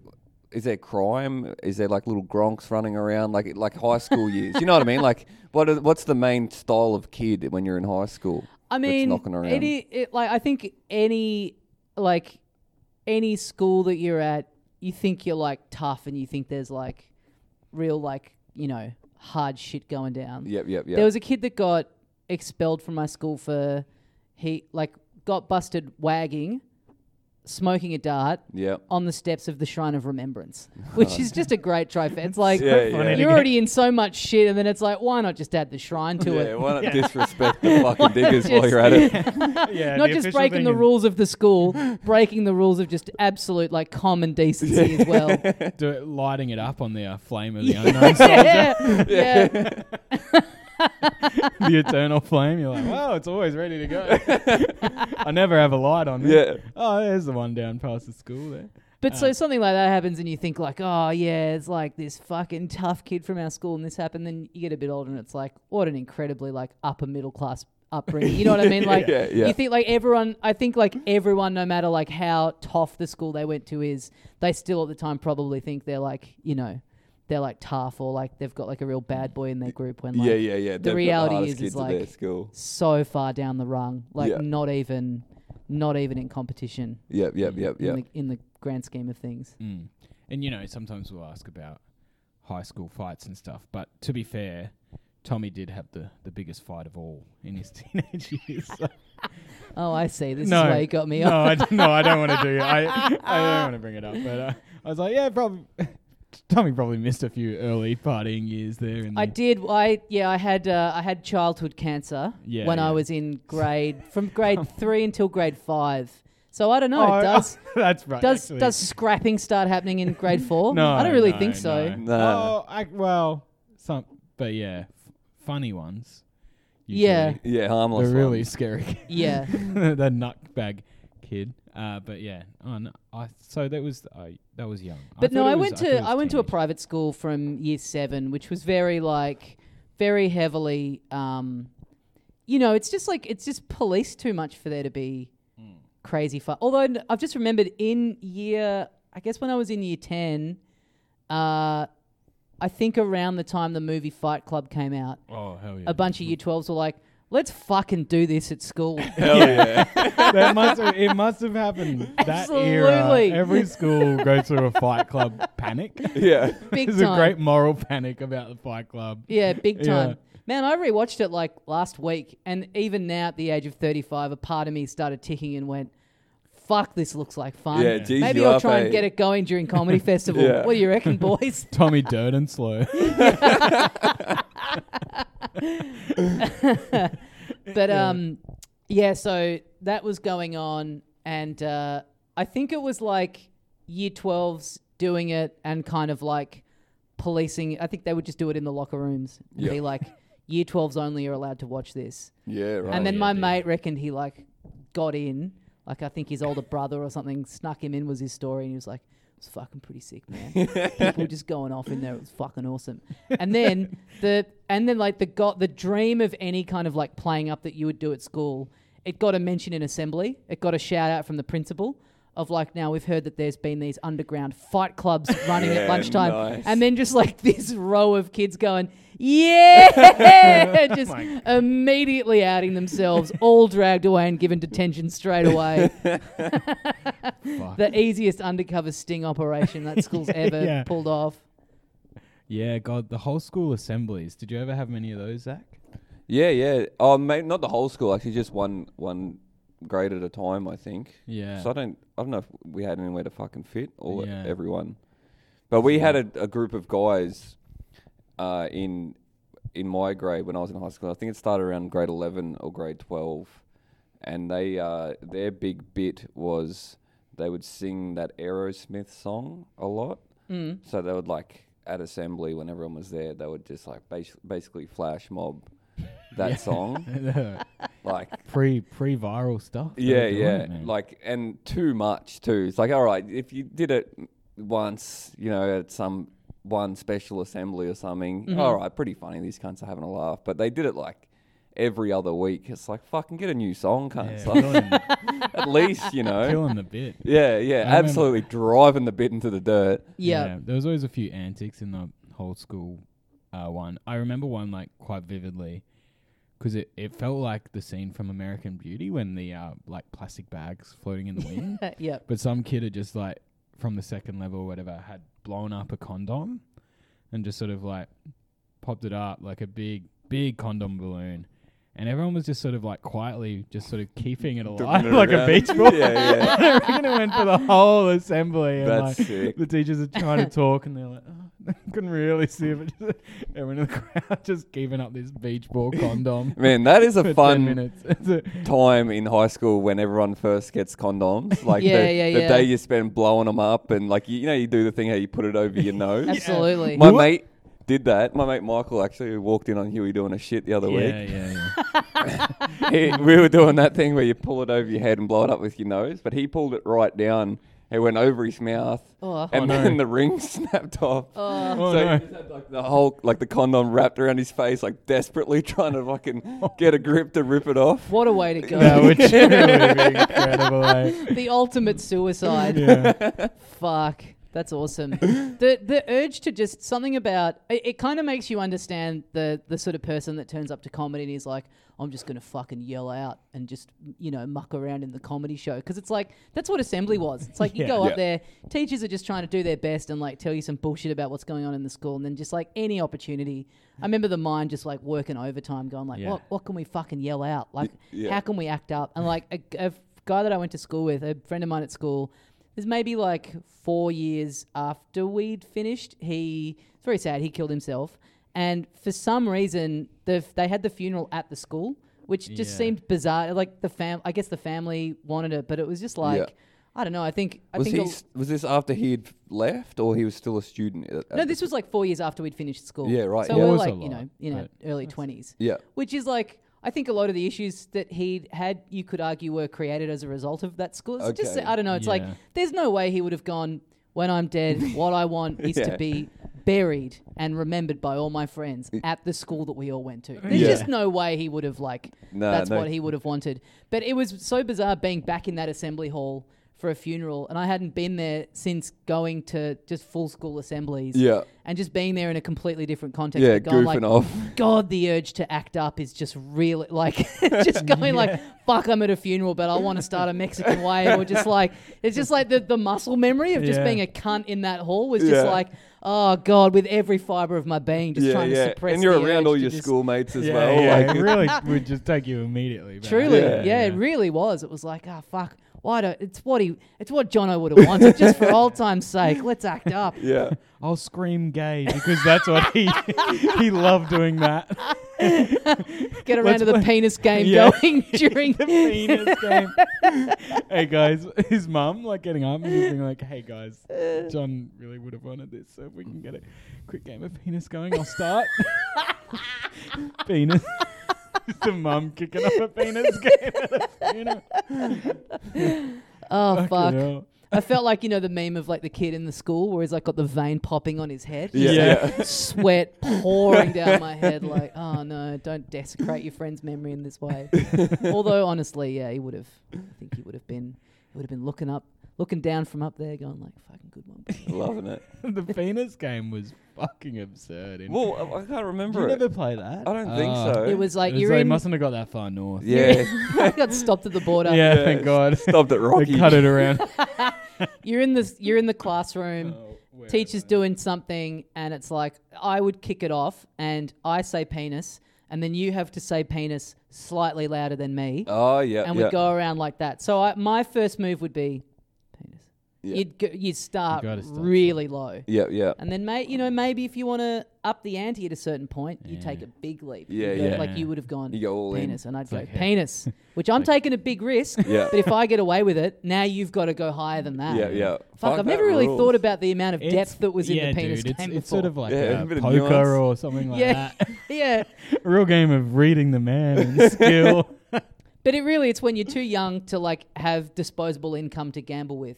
Speaker 2: is there crime? Is there like little gronks running around like like high school years? You know what I mean? Like, what are, what's the main style of kid when you're in high school?
Speaker 3: I
Speaker 2: that's
Speaker 3: mean,
Speaker 2: knocking around?
Speaker 3: it, i- it like I think any like any school that you're at, you think you're like tough, and you think there's like real like you know hard shit going down.
Speaker 2: Yep, yep, yep.
Speaker 3: There was a kid that got expelled from my school for he like got busted wagging, smoking a dart
Speaker 2: yep.
Speaker 3: on the steps of the Shrine of Remembrance, which is just a great trifecta. It's like
Speaker 2: Yeah,
Speaker 1: funny
Speaker 2: yeah.
Speaker 1: to
Speaker 3: you're
Speaker 1: get-
Speaker 3: already in so much shit, and then it's like, why not just add the shrine to
Speaker 2: Yeah,
Speaker 3: it?
Speaker 2: why not disrespect the fucking diggers while
Speaker 3: just-
Speaker 2: you're at it?
Speaker 1: yeah,
Speaker 3: not just breaking the rules of the school, breaking the rules of just absolute like common decency as well.
Speaker 1: do it, lighting it up on the uh, flame of the unknown,
Speaker 3: yeah, yeah.
Speaker 1: the eternal flame. You're like, wow, it's always ready to go. I never have a light on.
Speaker 2: Yeah.
Speaker 1: There. Oh, there's the one down past the school there.
Speaker 3: But so something like that happens, and you think like, oh yeah, it's like this fucking tough kid from our school, and this happened. Then you get a bit older, and it's like, what an incredibly like upper middle class upbringing. You know what I mean? Like
Speaker 2: Yeah, yeah.
Speaker 3: you think like everyone. I think like everyone, no matter like how tough the school they went to is, they still at the time probably think they're like you know. They're like tough, or like they've got like a real bad boy in their group. When like,
Speaker 2: yeah, yeah, yeah. They've got
Speaker 3: reality
Speaker 2: hardest
Speaker 3: is, is
Speaker 2: kids at their
Speaker 3: like-
Speaker 2: school.
Speaker 3: so far down the rung, like
Speaker 2: Yeah.
Speaker 3: not even, not even in competition
Speaker 2: Yep, yep, yep,
Speaker 3: in,
Speaker 2: yep.
Speaker 3: the, in the grand scheme of things.
Speaker 1: Mm. And you know, sometimes we'll ask about high school fights and stuff. But to be fair, Tommy did have the, the biggest fight of all in his teenage years. So-
Speaker 3: Oh, I see. This
Speaker 1: no,
Speaker 3: is where you got me.
Speaker 1: no,
Speaker 3: off.
Speaker 1: I d- no, I don't want to do it. I, I don't want to bring it up. But uh, I was like, yeah, probably. Tommy probably missed a few early partying years there. And
Speaker 3: I did. I yeah. I had uh, I had childhood cancer
Speaker 1: Yeah,
Speaker 3: when
Speaker 1: yeah.
Speaker 3: I was in grade from grade three until grade five. So I don't know.
Speaker 1: Oh,
Speaker 3: does
Speaker 1: that's right.
Speaker 3: does
Speaker 1: actually.
Speaker 3: does scrapping start happening in grade four?
Speaker 1: No,
Speaker 3: I don't really
Speaker 1: no,
Speaker 3: think so.
Speaker 1: No.
Speaker 2: No.
Speaker 1: Oh, I, well, some, but yeah, f- funny ones.
Speaker 3: Yeah.
Speaker 1: usually.
Speaker 2: Yeah, harmless.
Speaker 1: the
Speaker 2: one.
Speaker 1: really scary. kids.
Speaker 3: Yeah.
Speaker 1: the nutbag kid. Uh, but yeah, oh, no, I so that was I that was young.
Speaker 3: But no,
Speaker 1: thought it
Speaker 3: I
Speaker 1: was-
Speaker 3: went
Speaker 1: thought
Speaker 3: to
Speaker 1: it was
Speaker 3: I went to a
Speaker 1: teenage.
Speaker 3: private school from year seven, which was very like very heavily, um, you know, it's just like it's just policed too much for there to be
Speaker 1: Hmm.
Speaker 3: crazy fun. Although n- I've just remembered in year, I guess when I was in year ten, uh, I think around the time the movie Fight Club came out,
Speaker 1: Oh hell yeah!
Speaker 3: a bunch of year twelves were like, "Let's fucking do this at school."
Speaker 2: Hell yeah.
Speaker 1: that must have, it must have happened that era.
Speaker 3: Absolutely.
Speaker 1: Every school goes through a Fight Club panic.
Speaker 2: yeah.
Speaker 3: Big
Speaker 1: There's
Speaker 3: time.
Speaker 1: a great moral panic about the Fight Club.
Speaker 3: Yeah, big
Speaker 1: Yeah.
Speaker 3: time. Man, I rewatched it like last week, and even now at the age of 35, a part of me started ticking and went, fuck, this looks like fun.
Speaker 2: Yeah, geez,
Speaker 3: Maybe
Speaker 2: you
Speaker 3: I'll
Speaker 2: are
Speaker 3: try
Speaker 2: paid.
Speaker 3: and get it going during Comedy Festival.
Speaker 2: Yeah.
Speaker 3: What do you reckon, boys?
Speaker 1: Tommy Dirt and Slow.
Speaker 3: But um, yeah, so that was going on. and uh, I think it was like year 12s doing it and kind of like policing. I think they would just do it in the locker rooms and
Speaker 2: Yeah.
Speaker 3: be like, year 12s only are allowed to watch this.
Speaker 2: Yeah, right.
Speaker 3: and then
Speaker 1: yeah,
Speaker 3: my
Speaker 1: dude.
Speaker 3: mate reckoned he like got in, like I think his older brother or something snuck him in was his story, and he was like, "It's fucking pretty sick, man. People were just going off in there. It was fucking awesome." And then the and then like the got the dream of any kind of like playing up that you would do at school, it got a mention in assembly. It got a shout out from the principal. Of like now we've heard that there's been these underground fight clubs running
Speaker 2: Yeah,
Speaker 3: at lunchtime,
Speaker 2: nice.
Speaker 3: and then just like this row of kids going, yeah, just immediately outing themselves, all dragged away and given detention straight away.
Speaker 1: Fuck.
Speaker 3: the easiest undercover sting operation that school's ever
Speaker 1: Yeah.
Speaker 3: pulled off.
Speaker 1: yeah, God, the whole school assemblies. Did you ever have many of those, Zach?
Speaker 2: yeah, yeah. Oh, mate, not the whole school. Actually, just one one grade at a time. I think.
Speaker 1: Yeah.
Speaker 2: So I don't, I don't know if we had anywhere to fucking fit or
Speaker 1: Yeah.
Speaker 2: everyone, but we had a, a group of guys uh, in in my grade when I was in high school. I think it started around grade eleven or grade twelve, and they uh, their big bit was they would sing that Aerosmith song a lot. Mm. So they would like at assembly when everyone was there, they would just like bas- basically flash mob that song, like
Speaker 1: pre pre viral stuff. they
Speaker 2: yeah,
Speaker 1: were doing
Speaker 2: yeah.
Speaker 1: it, man.
Speaker 2: like and too much too. It's like all right, if you did it once, you know, at some one special assembly or something,
Speaker 1: Mm-hmm.
Speaker 2: all right, pretty funny. These cunts are having a laugh, but they did it like every other week. It's like fucking get a new song, cunts.
Speaker 1: Yeah,
Speaker 2: Like,
Speaker 1: killing,
Speaker 2: at least you know.
Speaker 1: killing the bit.
Speaker 2: Yeah, yeah,
Speaker 1: I remember-
Speaker 2: absolutely driving the bit into the dirt.
Speaker 3: Yeah.
Speaker 1: There was always a few antics in the whole school uh, one. I remember one like quite vividly because it, it felt like the scene from American Beauty when the uh, like plastic bags floating in the wind.
Speaker 3: Uh, yeah.
Speaker 1: But some kid had just like from the second level or whatever had blown up a condom and just sort of like popped it up like a big, big condom balloon. And everyone was just sort of like quietly just sort of keeping it alive like a beach ball.
Speaker 2: Yeah, yeah.
Speaker 1: I reckon it went for the whole assembly. And
Speaker 2: That's
Speaker 1: like,
Speaker 2: sick.
Speaker 1: The teachers are trying to talk and they're like, oh, couldn't really see it. But just, everyone in the crowd just keeping up this beach ball condom.
Speaker 2: Man, that is
Speaker 1: for
Speaker 2: a
Speaker 1: 10
Speaker 2: fun
Speaker 1: minutes. It's a-
Speaker 2: time in high school when everyone first gets condoms. Like
Speaker 3: Yeah,
Speaker 2: the,
Speaker 3: yeah,
Speaker 2: the
Speaker 3: yeah.
Speaker 2: day you spend blowing them up and like you, you know you do the thing how you put it over your nose.
Speaker 3: Absolutely.
Speaker 2: My
Speaker 1: What?
Speaker 2: mate did that. My mate Michael actually who walked in on Huey doing a shit the other
Speaker 1: yeah,
Speaker 2: week.
Speaker 1: yeah, yeah.
Speaker 2: He- we were doing that thing where you pull it over your head and blow it up with your nose, but he pulled it right down. It went over his mouth,
Speaker 3: Oh.
Speaker 2: and
Speaker 1: Oh, no.
Speaker 2: then the ring snapped off.
Speaker 1: Oh,
Speaker 2: so
Speaker 1: no.
Speaker 2: he just had like the whole like the condom wrapped around his face, like desperately trying to fucking get a grip to rip it off.
Speaker 3: What a way to go.
Speaker 1: That would truly be incredible. eh?
Speaker 3: the ultimate suicide.
Speaker 1: Yeah.
Speaker 3: Fuck. That's awesome. the the urge to just something about it, it kind of makes you understand the the sort of person that turns up to comedy and is like, I'm just gonna fucking yell out and just you know muck around in the comedy show because it's like that's what assembly was. It's like you
Speaker 1: Yeah.
Speaker 3: go
Speaker 2: Yeah.
Speaker 3: up there, teachers are just trying to do their best and like tell you some bullshit about what's going on in the school, and then just like any opportunity. I remember the mind just like working overtime, going like,
Speaker 1: Yeah.
Speaker 3: what what can we fucking yell out? Like,
Speaker 2: yeah.
Speaker 3: how can we act up? And like a, a guy that I went to school with, a friend of mine at school, there's maybe like four years after we'd finished, he it's very sad. He killed himself, and for some reason, the f- they had the funeral at the school, which just
Speaker 1: Yeah.
Speaker 3: seemed bizarre. Like the fam, I guess the family wanted it, but it was just like. I don't know. I think I
Speaker 2: was
Speaker 3: think
Speaker 2: he?
Speaker 3: a-
Speaker 2: s- Was this after he'd left, or he was still a student? at- at
Speaker 3: no,
Speaker 2: the-
Speaker 3: this was like four years after we'd finished school.
Speaker 2: uh, Yeah, right,
Speaker 3: So
Speaker 2: yeah.
Speaker 3: we
Speaker 1: It
Speaker 3: were
Speaker 1: was a
Speaker 3: like, you
Speaker 1: lot,
Speaker 3: know, you know,
Speaker 1: but-
Speaker 3: early twenties.
Speaker 2: Yeah.
Speaker 3: Which is like, I think a lot of the issues that he had, you could argue, were created as a result of that school. It's just,
Speaker 2: Okay.
Speaker 3: I don't know. It's like,
Speaker 1: Yeah.
Speaker 3: there's no way he would have gone. When I'm dead, what I want is
Speaker 2: Yeah.
Speaker 3: to be buried and remembered by all my friends at the school that we all went to. There's
Speaker 2: Yeah.
Speaker 3: just no way he would have like.
Speaker 2: Nah,
Speaker 3: that's
Speaker 2: no.
Speaker 3: what he would have wanted. But it was so bizarre being back in that assembly hall for a funeral, and I hadn't been there since going to just full school assemblies
Speaker 2: Yeah.
Speaker 3: and just being there in a completely different context.
Speaker 2: Yeah,
Speaker 3: but going
Speaker 2: goofing
Speaker 3: like,
Speaker 2: off.
Speaker 3: God, the urge to act up is just really like just going like, fuck, I'm at a funeral, but I want to start a Mexican wave, or just like it's just like the the muscle memory of just
Speaker 1: Yeah.
Speaker 3: being a cunt in that hall was just
Speaker 2: Yeah.
Speaker 3: like, oh God, with every fiber of my being, just trying to suppress.
Speaker 2: and you're
Speaker 3: the
Speaker 2: around
Speaker 3: urge
Speaker 2: all
Speaker 3: to
Speaker 2: your
Speaker 3: just-
Speaker 2: schoolmates as
Speaker 1: yeah,
Speaker 2: well.
Speaker 1: yeah,
Speaker 2: like-
Speaker 1: it really would just take you immediately. Back.
Speaker 3: Truly,
Speaker 2: Yeah,
Speaker 3: yeah, it really was. It was like, ah, fuck. Why do it's what he it's what Jono would have wanted just for old time's sake. Let's act up.
Speaker 2: Yeah.
Speaker 1: I'll scream gay because that's what he he loved doing that.
Speaker 3: Get around
Speaker 1: Let's
Speaker 3: to the
Speaker 1: play-
Speaker 3: penis game
Speaker 1: Yeah.
Speaker 3: going during
Speaker 1: the penis game. hey guys, his mum like getting up and just being like, "Hey guys, John really would have wanted this, so if we can get a quick game of penis going, I'll start." penis. Just the mum kicking up a penis game. At a funeral.
Speaker 3: Oh
Speaker 1: Fucking
Speaker 3: fuck.
Speaker 1: hell.
Speaker 3: I felt like you know the meme of like the kid in the school where he's like got the vein popping on his head.
Speaker 2: Yeah.
Speaker 1: Yeah.
Speaker 3: Sweat pouring down my head, like, oh no, don't desecrate your friend's memory in this way. Although honestly, yeah, he would have. I think he would have been. He would have been looking up, looking down from up there, going like, fucking good one. boy."
Speaker 2: Loving it.
Speaker 1: the penis game was fucking absurd. And
Speaker 2: Well, I, I can't
Speaker 1: Did
Speaker 2: remember
Speaker 1: you
Speaker 2: it.
Speaker 1: never play that? Ah.
Speaker 2: I don't think so.
Speaker 3: It was like
Speaker 1: It was
Speaker 3: you're
Speaker 1: they
Speaker 3: in.
Speaker 1: mustn't have got that far north.
Speaker 2: yeah.
Speaker 3: I got stopped at the border.
Speaker 1: Yeah, thank God.
Speaker 2: Stopped at Rocky.
Speaker 1: They cut it around.
Speaker 3: You're in this. You're in the classroom.
Speaker 1: Oh, where
Speaker 3: teacher's doing something and it's like I would kick it off and I say penis and then you have to say penis slightly louder than me
Speaker 2: Oh yeah.
Speaker 3: and
Speaker 2: yeah.
Speaker 3: we go around like that. So I, my first move would be penis.
Speaker 2: Yeah.
Speaker 3: You'd go, you'd start,
Speaker 1: gotta start
Speaker 3: really low.
Speaker 2: Yeah, yeah.
Speaker 3: And then, mate, you know, maybe if you want to up the ante at a certain point, you take a big leap. You
Speaker 2: Yeah,
Speaker 3: go-
Speaker 2: yeah.
Speaker 3: Like you would have gone
Speaker 2: You go all in.
Speaker 3: penis, and I'd go
Speaker 1: like, yeah.
Speaker 3: penis, which I'm taking a big risk.
Speaker 2: Yeah.
Speaker 3: But if I get away with it, now you've got to go higher than that.
Speaker 2: Yeah, yeah.
Speaker 3: Fuck,
Speaker 2: Fuck,
Speaker 3: I've never
Speaker 2: that
Speaker 3: really
Speaker 2: rules.
Speaker 3: thought about the amount of
Speaker 1: It's-
Speaker 3: depth that was
Speaker 1: yeah,
Speaker 3: in the penis
Speaker 1: dude,
Speaker 3: game
Speaker 1: it's, it's
Speaker 3: before.
Speaker 1: sort of like
Speaker 2: Yeah,
Speaker 1: uh,
Speaker 2: a bit of
Speaker 1: poker
Speaker 2: nuance.
Speaker 1: or something like
Speaker 3: yeah,
Speaker 1: that.
Speaker 3: yeah.
Speaker 1: A real game of reading the man and skill.
Speaker 3: But it really, it's when you're too young to like have disposable income to gamble with.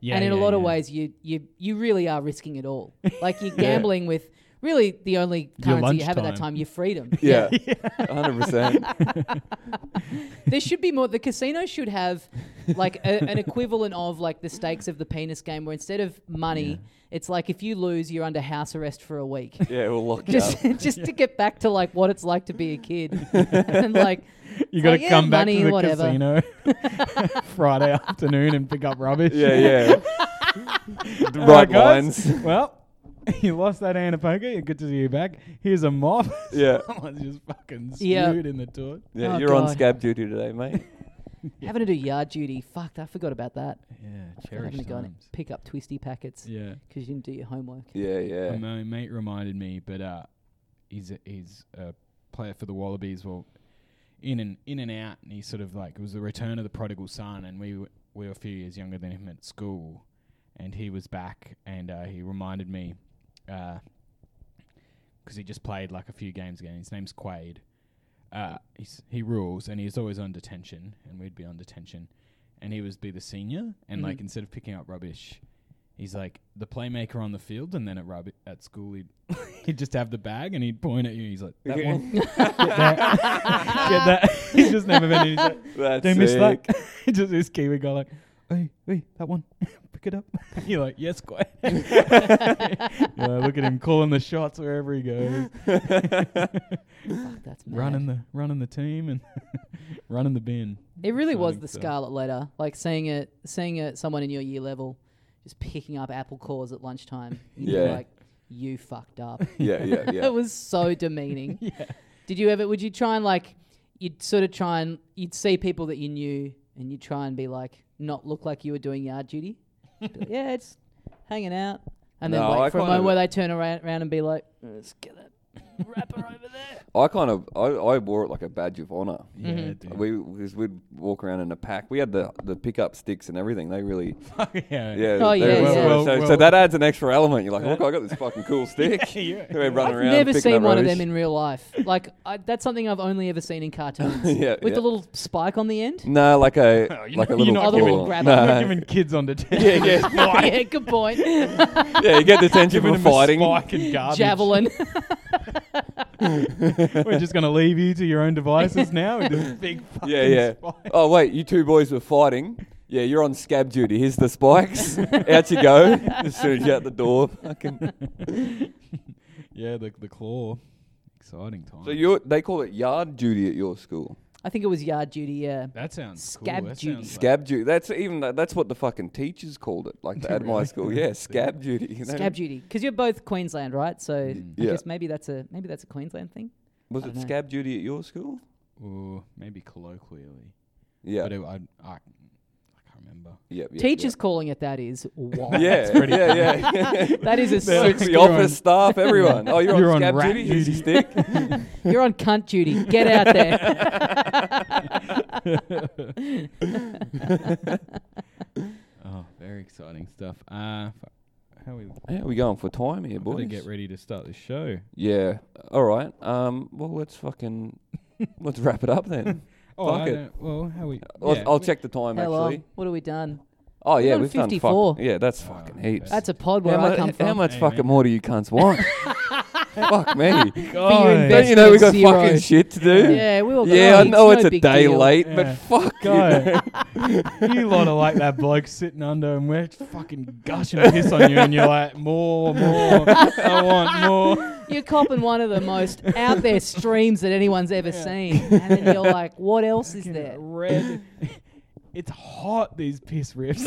Speaker 1: yeah,
Speaker 3: and in a
Speaker 1: yeah,
Speaker 3: lot of
Speaker 1: yeah.
Speaker 3: ways, you you you really are risking it all. Like you're gambling with really the only
Speaker 1: Your
Speaker 3: currency you have at that
Speaker 1: lunchtime.
Speaker 3: time, your freedom.
Speaker 2: Yeah. Hundred percent.
Speaker 3: there should be more. The casino should have like a, an equivalent of like the stakes of the penis game, where instead of money, it's like if you lose, you're under house arrest for a week.
Speaker 2: Yeah, we'll lock you up.
Speaker 3: Just, just to get back to like what it's like to be a kid, and like
Speaker 1: you got to
Speaker 3: like, yeah,
Speaker 1: come back
Speaker 3: money,
Speaker 1: to the
Speaker 3: whatever.
Speaker 1: casino Friday afternoon and pick up rubbish.
Speaker 2: Yeah, yeah. the
Speaker 1: All
Speaker 2: right
Speaker 1: guys.
Speaker 2: lines.
Speaker 1: Well, you lost that hand of poker. Good to see you back. Here's a mop.
Speaker 2: Yeah.
Speaker 1: Someone's just fucking screwed
Speaker 3: Yeah.
Speaker 1: in the toilet.
Speaker 2: Yeah,
Speaker 3: Oh,
Speaker 2: you're on
Speaker 3: God.
Speaker 2: scab duty today, mate.
Speaker 3: having to do yard duty. Fuck, I forgot about that.
Speaker 1: Yeah,
Speaker 3: Having
Speaker 1: cherish
Speaker 3: to go and
Speaker 1: times.
Speaker 3: pick up twisty packets
Speaker 1: Yeah.
Speaker 3: because you didn't do your homework.
Speaker 2: Yeah, yeah.
Speaker 1: My mate reminded me, but uh, he's a, he's a player for the Wallabies. Well, in and in and out, and he sort of like it was the return of the prodigal son, and we w- we were a few years younger than him at school, and he was back, and uh, he reminded me, because he just played like a few games again. His name's Quade. Uh, he's, he rules, and he's always on detention, and we'd be on detention, and he was be the senior, and
Speaker 3: Mhm.
Speaker 1: like instead of picking up rubbish, he's like the playmaker on the field, and then at rub- at school he'd he'd just have the bag and he'd point at you. He's like that one, get that, get that. he's just never been. He's like,
Speaker 2: That's
Speaker 1: don't miss
Speaker 2: sick.
Speaker 1: that. just this Kiwi guy like, hey, hey, that one, pick it up. You're like, yes, quite. look at him calling the shots wherever he goes,
Speaker 3: Fuck, that's mad.
Speaker 1: running the running the team and running the bin.
Speaker 3: It really was
Speaker 1: Exciting
Speaker 3: the
Speaker 1: stuff.
Speaker 3: scarlet letter, like seeing it, seeing it, someone in your year level just picking up apple cores at lunchtime. You'd be
Speaker 2: Yeah.
Speaker 3: like you fucked up.
Speaker 2: Yeah, yeah, yeah.
Speaker 3: it was so demeaning. Did you ever? Would you try and like? You'd sort of try and you'd see people that you knew, and you'd try and be like, not look like you were doing yard duty. Be like, yeah, it's hanging out, and then
Speaker 2: No,
Speaker 3: wait
Speaker 2: I
Speaker 3: for a
Speaker 2: kind
Speaker 3: moment
Speaker 2: of-
Speaker 3: where they turn around, around and be like, let's get that wrapper over there.
Speaker 2: I kind of I, I wore it like a badge of honor.
Speaker 1: Yeah, dude.
Speaker 2: Mm-hmm. We because we'd walk around in a pack. We had the the pickup sticks and everything. They really
Speaker 1: yeah,
Speaker 2: yeah.
Speaker 3: Oh,
Speaker 2: they
Speaker 3: yeah,
Speaker 2: really-
Speaker 1: yeah. Well,
Speaker 2: so,
Speaker 1: well,
Speaker 2: so that adds an extra element. You're like, look, I got this fucking cool stick.
Speaker 1: yeah.
Speaker 2: We're running
Speaker 3: I've
Speaker 2: around.
Speaker 3: never
Speaker 2: picking
Speaker 3: seen
Speaker 2: up
Speaker 3: one of
Speaker 2: rubbish.
Speaker 3: them in real life. Like I, that's something I've only ever seen in cartoons.
Speaker 2: Yeah,
Speaker 3: with
Speaker 2: yeah.
Speaker 3: the little spike on the end.
Speaker 2: No, like a
Speaker 1: Oh, you're
Speaker 2: like a
Speaker 1: not-
Speaker 2: little
Speaker 1: you're not
Speaker 3: Other
Speaker 2: claw.
Speaker 3: little grabber.
Speaker 1: You're
Speaker 2: No.
Speaker 1: not giving kids on detention.
Speaker 2: Yeah, yeah,
Speaker 3: yeah, good point.
Speaker 2: yeah. You get the tension
Speaker 1: Giving
Speaker 2: from
Speaker 1: them a
Speaker 2: fighting.
Speaker 1: spike and garbage.
Speaker 3: Javelin.
Speaker 1: We're just going to leave you to your own devices now. with this big fucking
Speaker 2: Yeah, yeah.
Speaker 1: spike.
Speaker 2: Oh wait, you two boys were fighting. Yeah, you're on scab duty. Here's the spikes. out you go. As soon as you're out the door, fucking.
Speaker 1: Yeah, the, the claw. Exciting time.
Speaker 2: So you they call it yard duty at your school.
Speaker 3: I think it was yard duty. Yeah.
Speaker 1: that sounds
Speaker 3: Scab
Speaker 1: cool. That
Speaker 3: duty.
Speaker 1: sounds like-
Speaker 2: Scab duty. That's even tha- that's what the fucking teachers called it. Like at my school, yeah, scab duty. You know?
Speaker 3: Scab duty, because you're both Queensland, right? So I
Speaker 2: Yeah.
Speaker 3: guess maybe that's a maybe that's a Queensland thing.
Speaker 2: Was
Speaker 3: I
Speaker 2: it
Speaker 3: dunno.
Speaker 2: scab duty at your school?
Speaker 1: Ooh, maybe colloquially.
Speaker 2: Yeah.
Speaker 1: But it, I, I, I can't remember. remember.
Speaker 2: Yep, yep,
Speaker 3: Teachers calling it that is wild.
Speaker 2: Yep. Yeah,
Speaker 1: pretty
Speaker 2: yeah, yeah.
Speaker 3: That is
Speaker 1: They're
Speaker 3: a super.
Speaker 1: like-
Speaker 2: Suits the
Speaker 1: You're on-
Speaker 2: office staff, everyone. Oh, you're,
Speaker 1: You're on
Speaker 2: on scab
Speaker 1: rat
Speaker 2: duty. Here's your
Speaker 1: duty.
Speaker 2: stick.
Speaker 3: You're on cunt duty. Get out there.
Speaker 1: Oh, very exciting stuff. Uh, fu- how are we
Speaker 2: How are we going for time here,
Speaker 1: going to
Speaker 2: boys?
Speaker 1: get ready to start the show?
Speaker 2: yeah. All right. Um. Well, let's fucking let's wrap it up then.
Speaker 1: Oh,
Speaker 2: Fuck
Speaker 1: I
Speaker 2: it.
Speaker 1: don't- well, how we?
Speaker 2: I'll,
Speaker 1: yeah,
Speaker 2: I'll
Speaker 1: we-
Speaker 2: check the time
Speaker 3: Hello.
Speaker 2: actually.
Speaker 3: What have we done?
Speaker 2: Oh yeah,
Speaker 3: done
Speaker 2: we've done
Speaker 3: 54.
Speaker 2: fucking, Yeah, that's
Speaker 1: Oh,
Speaker 2: fucking
Speaker 1: okay.
Speaker 2: heaps.
Speaker 3: That's a pod where
Speaker 2: how,
Speaker 3: I
Speaker 2: much,
Speaker 3: come
Speaker 2: how
Speaker 3: from.
Speaker 2: much
Speaker 1: Hey,
Speaker 2: fucking
Speaker 1: man.
Speaker 2: more do you cunts want? Fuck me.
Speaker 3: For your
Speaker 2: Don't you
Speaker 3: investment
Speaker 2: know we got
Speaker 3: zero.
Speaker 2: fucking shit to do?
Speaker 3: Yeah, we all got
Speaker 2: Yeah, I
Speaker 3: it's
Speaker 2: know
Speaker 3: no
Speaker 2: it's a
Speaker 3: big
Speaker 2: day
Speaker 3: deal.
Speaker 2: late,
Speaker 1: Yeah.
Speaker 2: but fuck you.
Speaker 1: Go. you lot are like that bloke sitting under, and we're fucking gushing piss on you, and you're like, more, more, I want more.
Speaker 3: You're copping one of the most out there streams that anyone's ever seen, and then you're like, "What else is
Speaker 1: Fucking
Speaker 3: there?"
Speaker 1: Red. It's hot these piss riffs.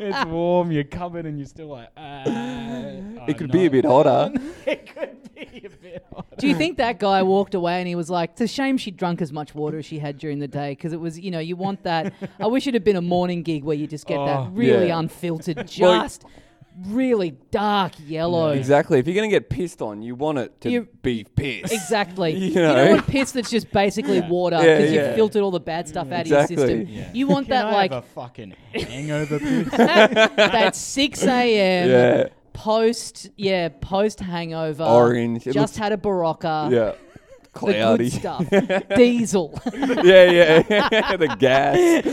Speaker 1: it's warm. You're covered, and you're still like, ah.
Speaker 2: It could be a bit hotter.
Speaker 1: it could be a bit hotter.
Speaker 3: Do you think that guy walked away and he was like, "It's a shame she drunk as much water as she had during the day because it was, you know, you want that. I wish it had been a morning gig where you just get
Speaker 1: Oh,
Speaker 3: that really
Speaker 2: yeah.
Speaker 3: unfiltered,
Speaker 2: Well,
Speaker 3: just really dark yellow."
Speaker 2: Exactly. If you're gonna get pissed on, you want it to
Speaker 3: You-
Speaker 2: be pissed.
Speaker 3: Exactly.
Speaker 2: You
Speaker 3: You,
Speaker 2: know?
Speaker 3: don't want piss that's just basically water
Speaker 2: Yeah,
Speaker 3: because
Speaker 2: yeah.
Speaker 3: you've filtered all the bad stuff out
Speaker 2: Exactly.
Speaker 3: of your system.
Speaker 1: Yeah.
Speaker 3: You want
Speaker 1: Can
Speaker 3: that
Speaker 1: I
Speaker 3: like
Speaker 1: have a fucking hangover piss?
Speaker 3: that 6 a.m.
Speaker 2: Yeah.
Speaker 3: post yeah post hangover
Speaker 2: Orange. It
Speaker 3: just
Speaker 2: looks-
Speaker 3: had a barocca
Speaker 2: Yeah.
Speaker 3: Ah. the
Speaker 2: Cloudy.
Speaker 3: good stuff diesel
Speaker 2: yeah, yeah. the gas.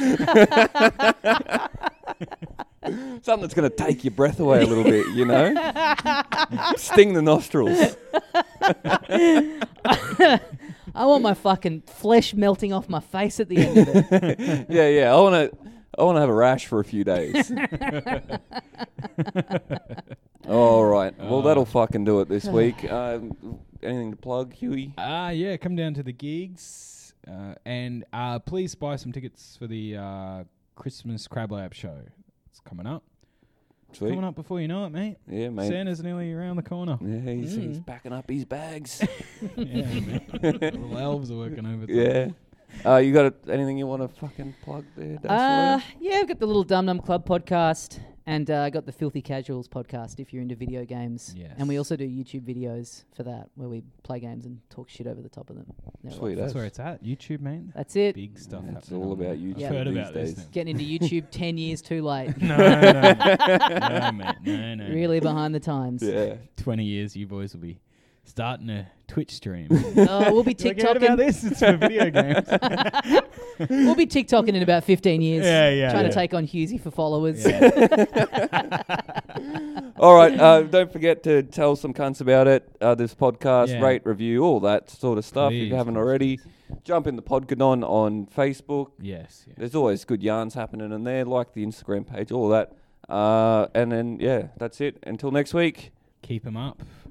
Speaker 2: Something that's going to take your breath away a little bit, you know? Sting the nostrils.
Speaker 3: I want my fucking flesh melting off my face at the end of it
Speaker 2: Yeah, yeah. I want to I want to have a rash for a few days. All right.
Speaker 1: Uh,
Speaker 2: Well, that'll fucking do it this week. Um, anything to plug, Huey?
Speaker 1: Ah, yeah, come down to the gigs. Uh, and uh, please buy some tickets for the uh, Christmas Crab Lab show. It's coming up.
Speaker 2: Sweet.
Speaker 1: Coming up before you know it, mate.
Speaker 2: Yeah, mate.
Speaker 1: Santa's nearly around the corner.
Speaker 2: Yeah, he's, he's packing up his bags.
Speaker 1: yeah, mate. The little elves are working overtime.
Speaker 2: yeah. Uh, you got a, anything you want to fucking plug there? Dusty?
Speaker 3: uh, yeah I've got the little Dum Dum Club podcast and uh, I got the Filthy Casuals podcast if you're into video games
Speaker 1: Yes.
Speaker 3: and we also do YouTube videos for that where we play games and talk shit over the top of them They're a lot of
Speaker 2: Sweet
Speaker 3: fun.
Speaker 1: That's
Speaker 2: as.
Speaker 1: where it's at. YouTube, mate.
Speaker 3: that's it
Speaker 1: Big stuff.
Speaker 2: Yeah, it's
Speaker 1: happening
Speaker 2: all
Speaker 1: on
Speaker 2: about
Speaker 1: there.
Speaker 2: YouTube
Speaker 1: I've heard
Speaker 2: these
Speaker 1: about this.
Speaker 2: days.
Speaker 1: now.
Speaker 3: getting into YouTube 10 years too late
Speaker 1: No, no, no, no, mate. No, no.
Speaker 3: really behind the times
Speaker 2: Yeah.
Speaker 1: 20 years, you boys will be starting a Twitch stream.
Speaker 3: Oh, we'll be
Speaker 1: You heard about
Speaker 3: TikToking.
Speaker 1: this? It's for video games.
Speaker 3: We'll be TikToking in about 15 years.
Speaker 1: Yeah, yeah,
Speaker 3: Trying
Speaker 1: yeah.
Speaker 3: to take on Husey for followers.
Speaker 2: All right. Uh, don't forget to tell some cunts about it. Uh, this podcast,
Speaker 1: Yeah.
Speaker 2: rate, review, all that sort of stuff. if
Speaker 1: Please,
Speaker 2: you haven't
Speaker 1: please,
Speaker 2: already, jump in the Podcanon on Facebook.
Speaker 1: yes. Yeah.
Speaker 2: There's always good yarns happening in there, like the Instagram page, all that. Uh, and then, yeah, that's it. Until next week.
Speaker 1: Keep 'em up.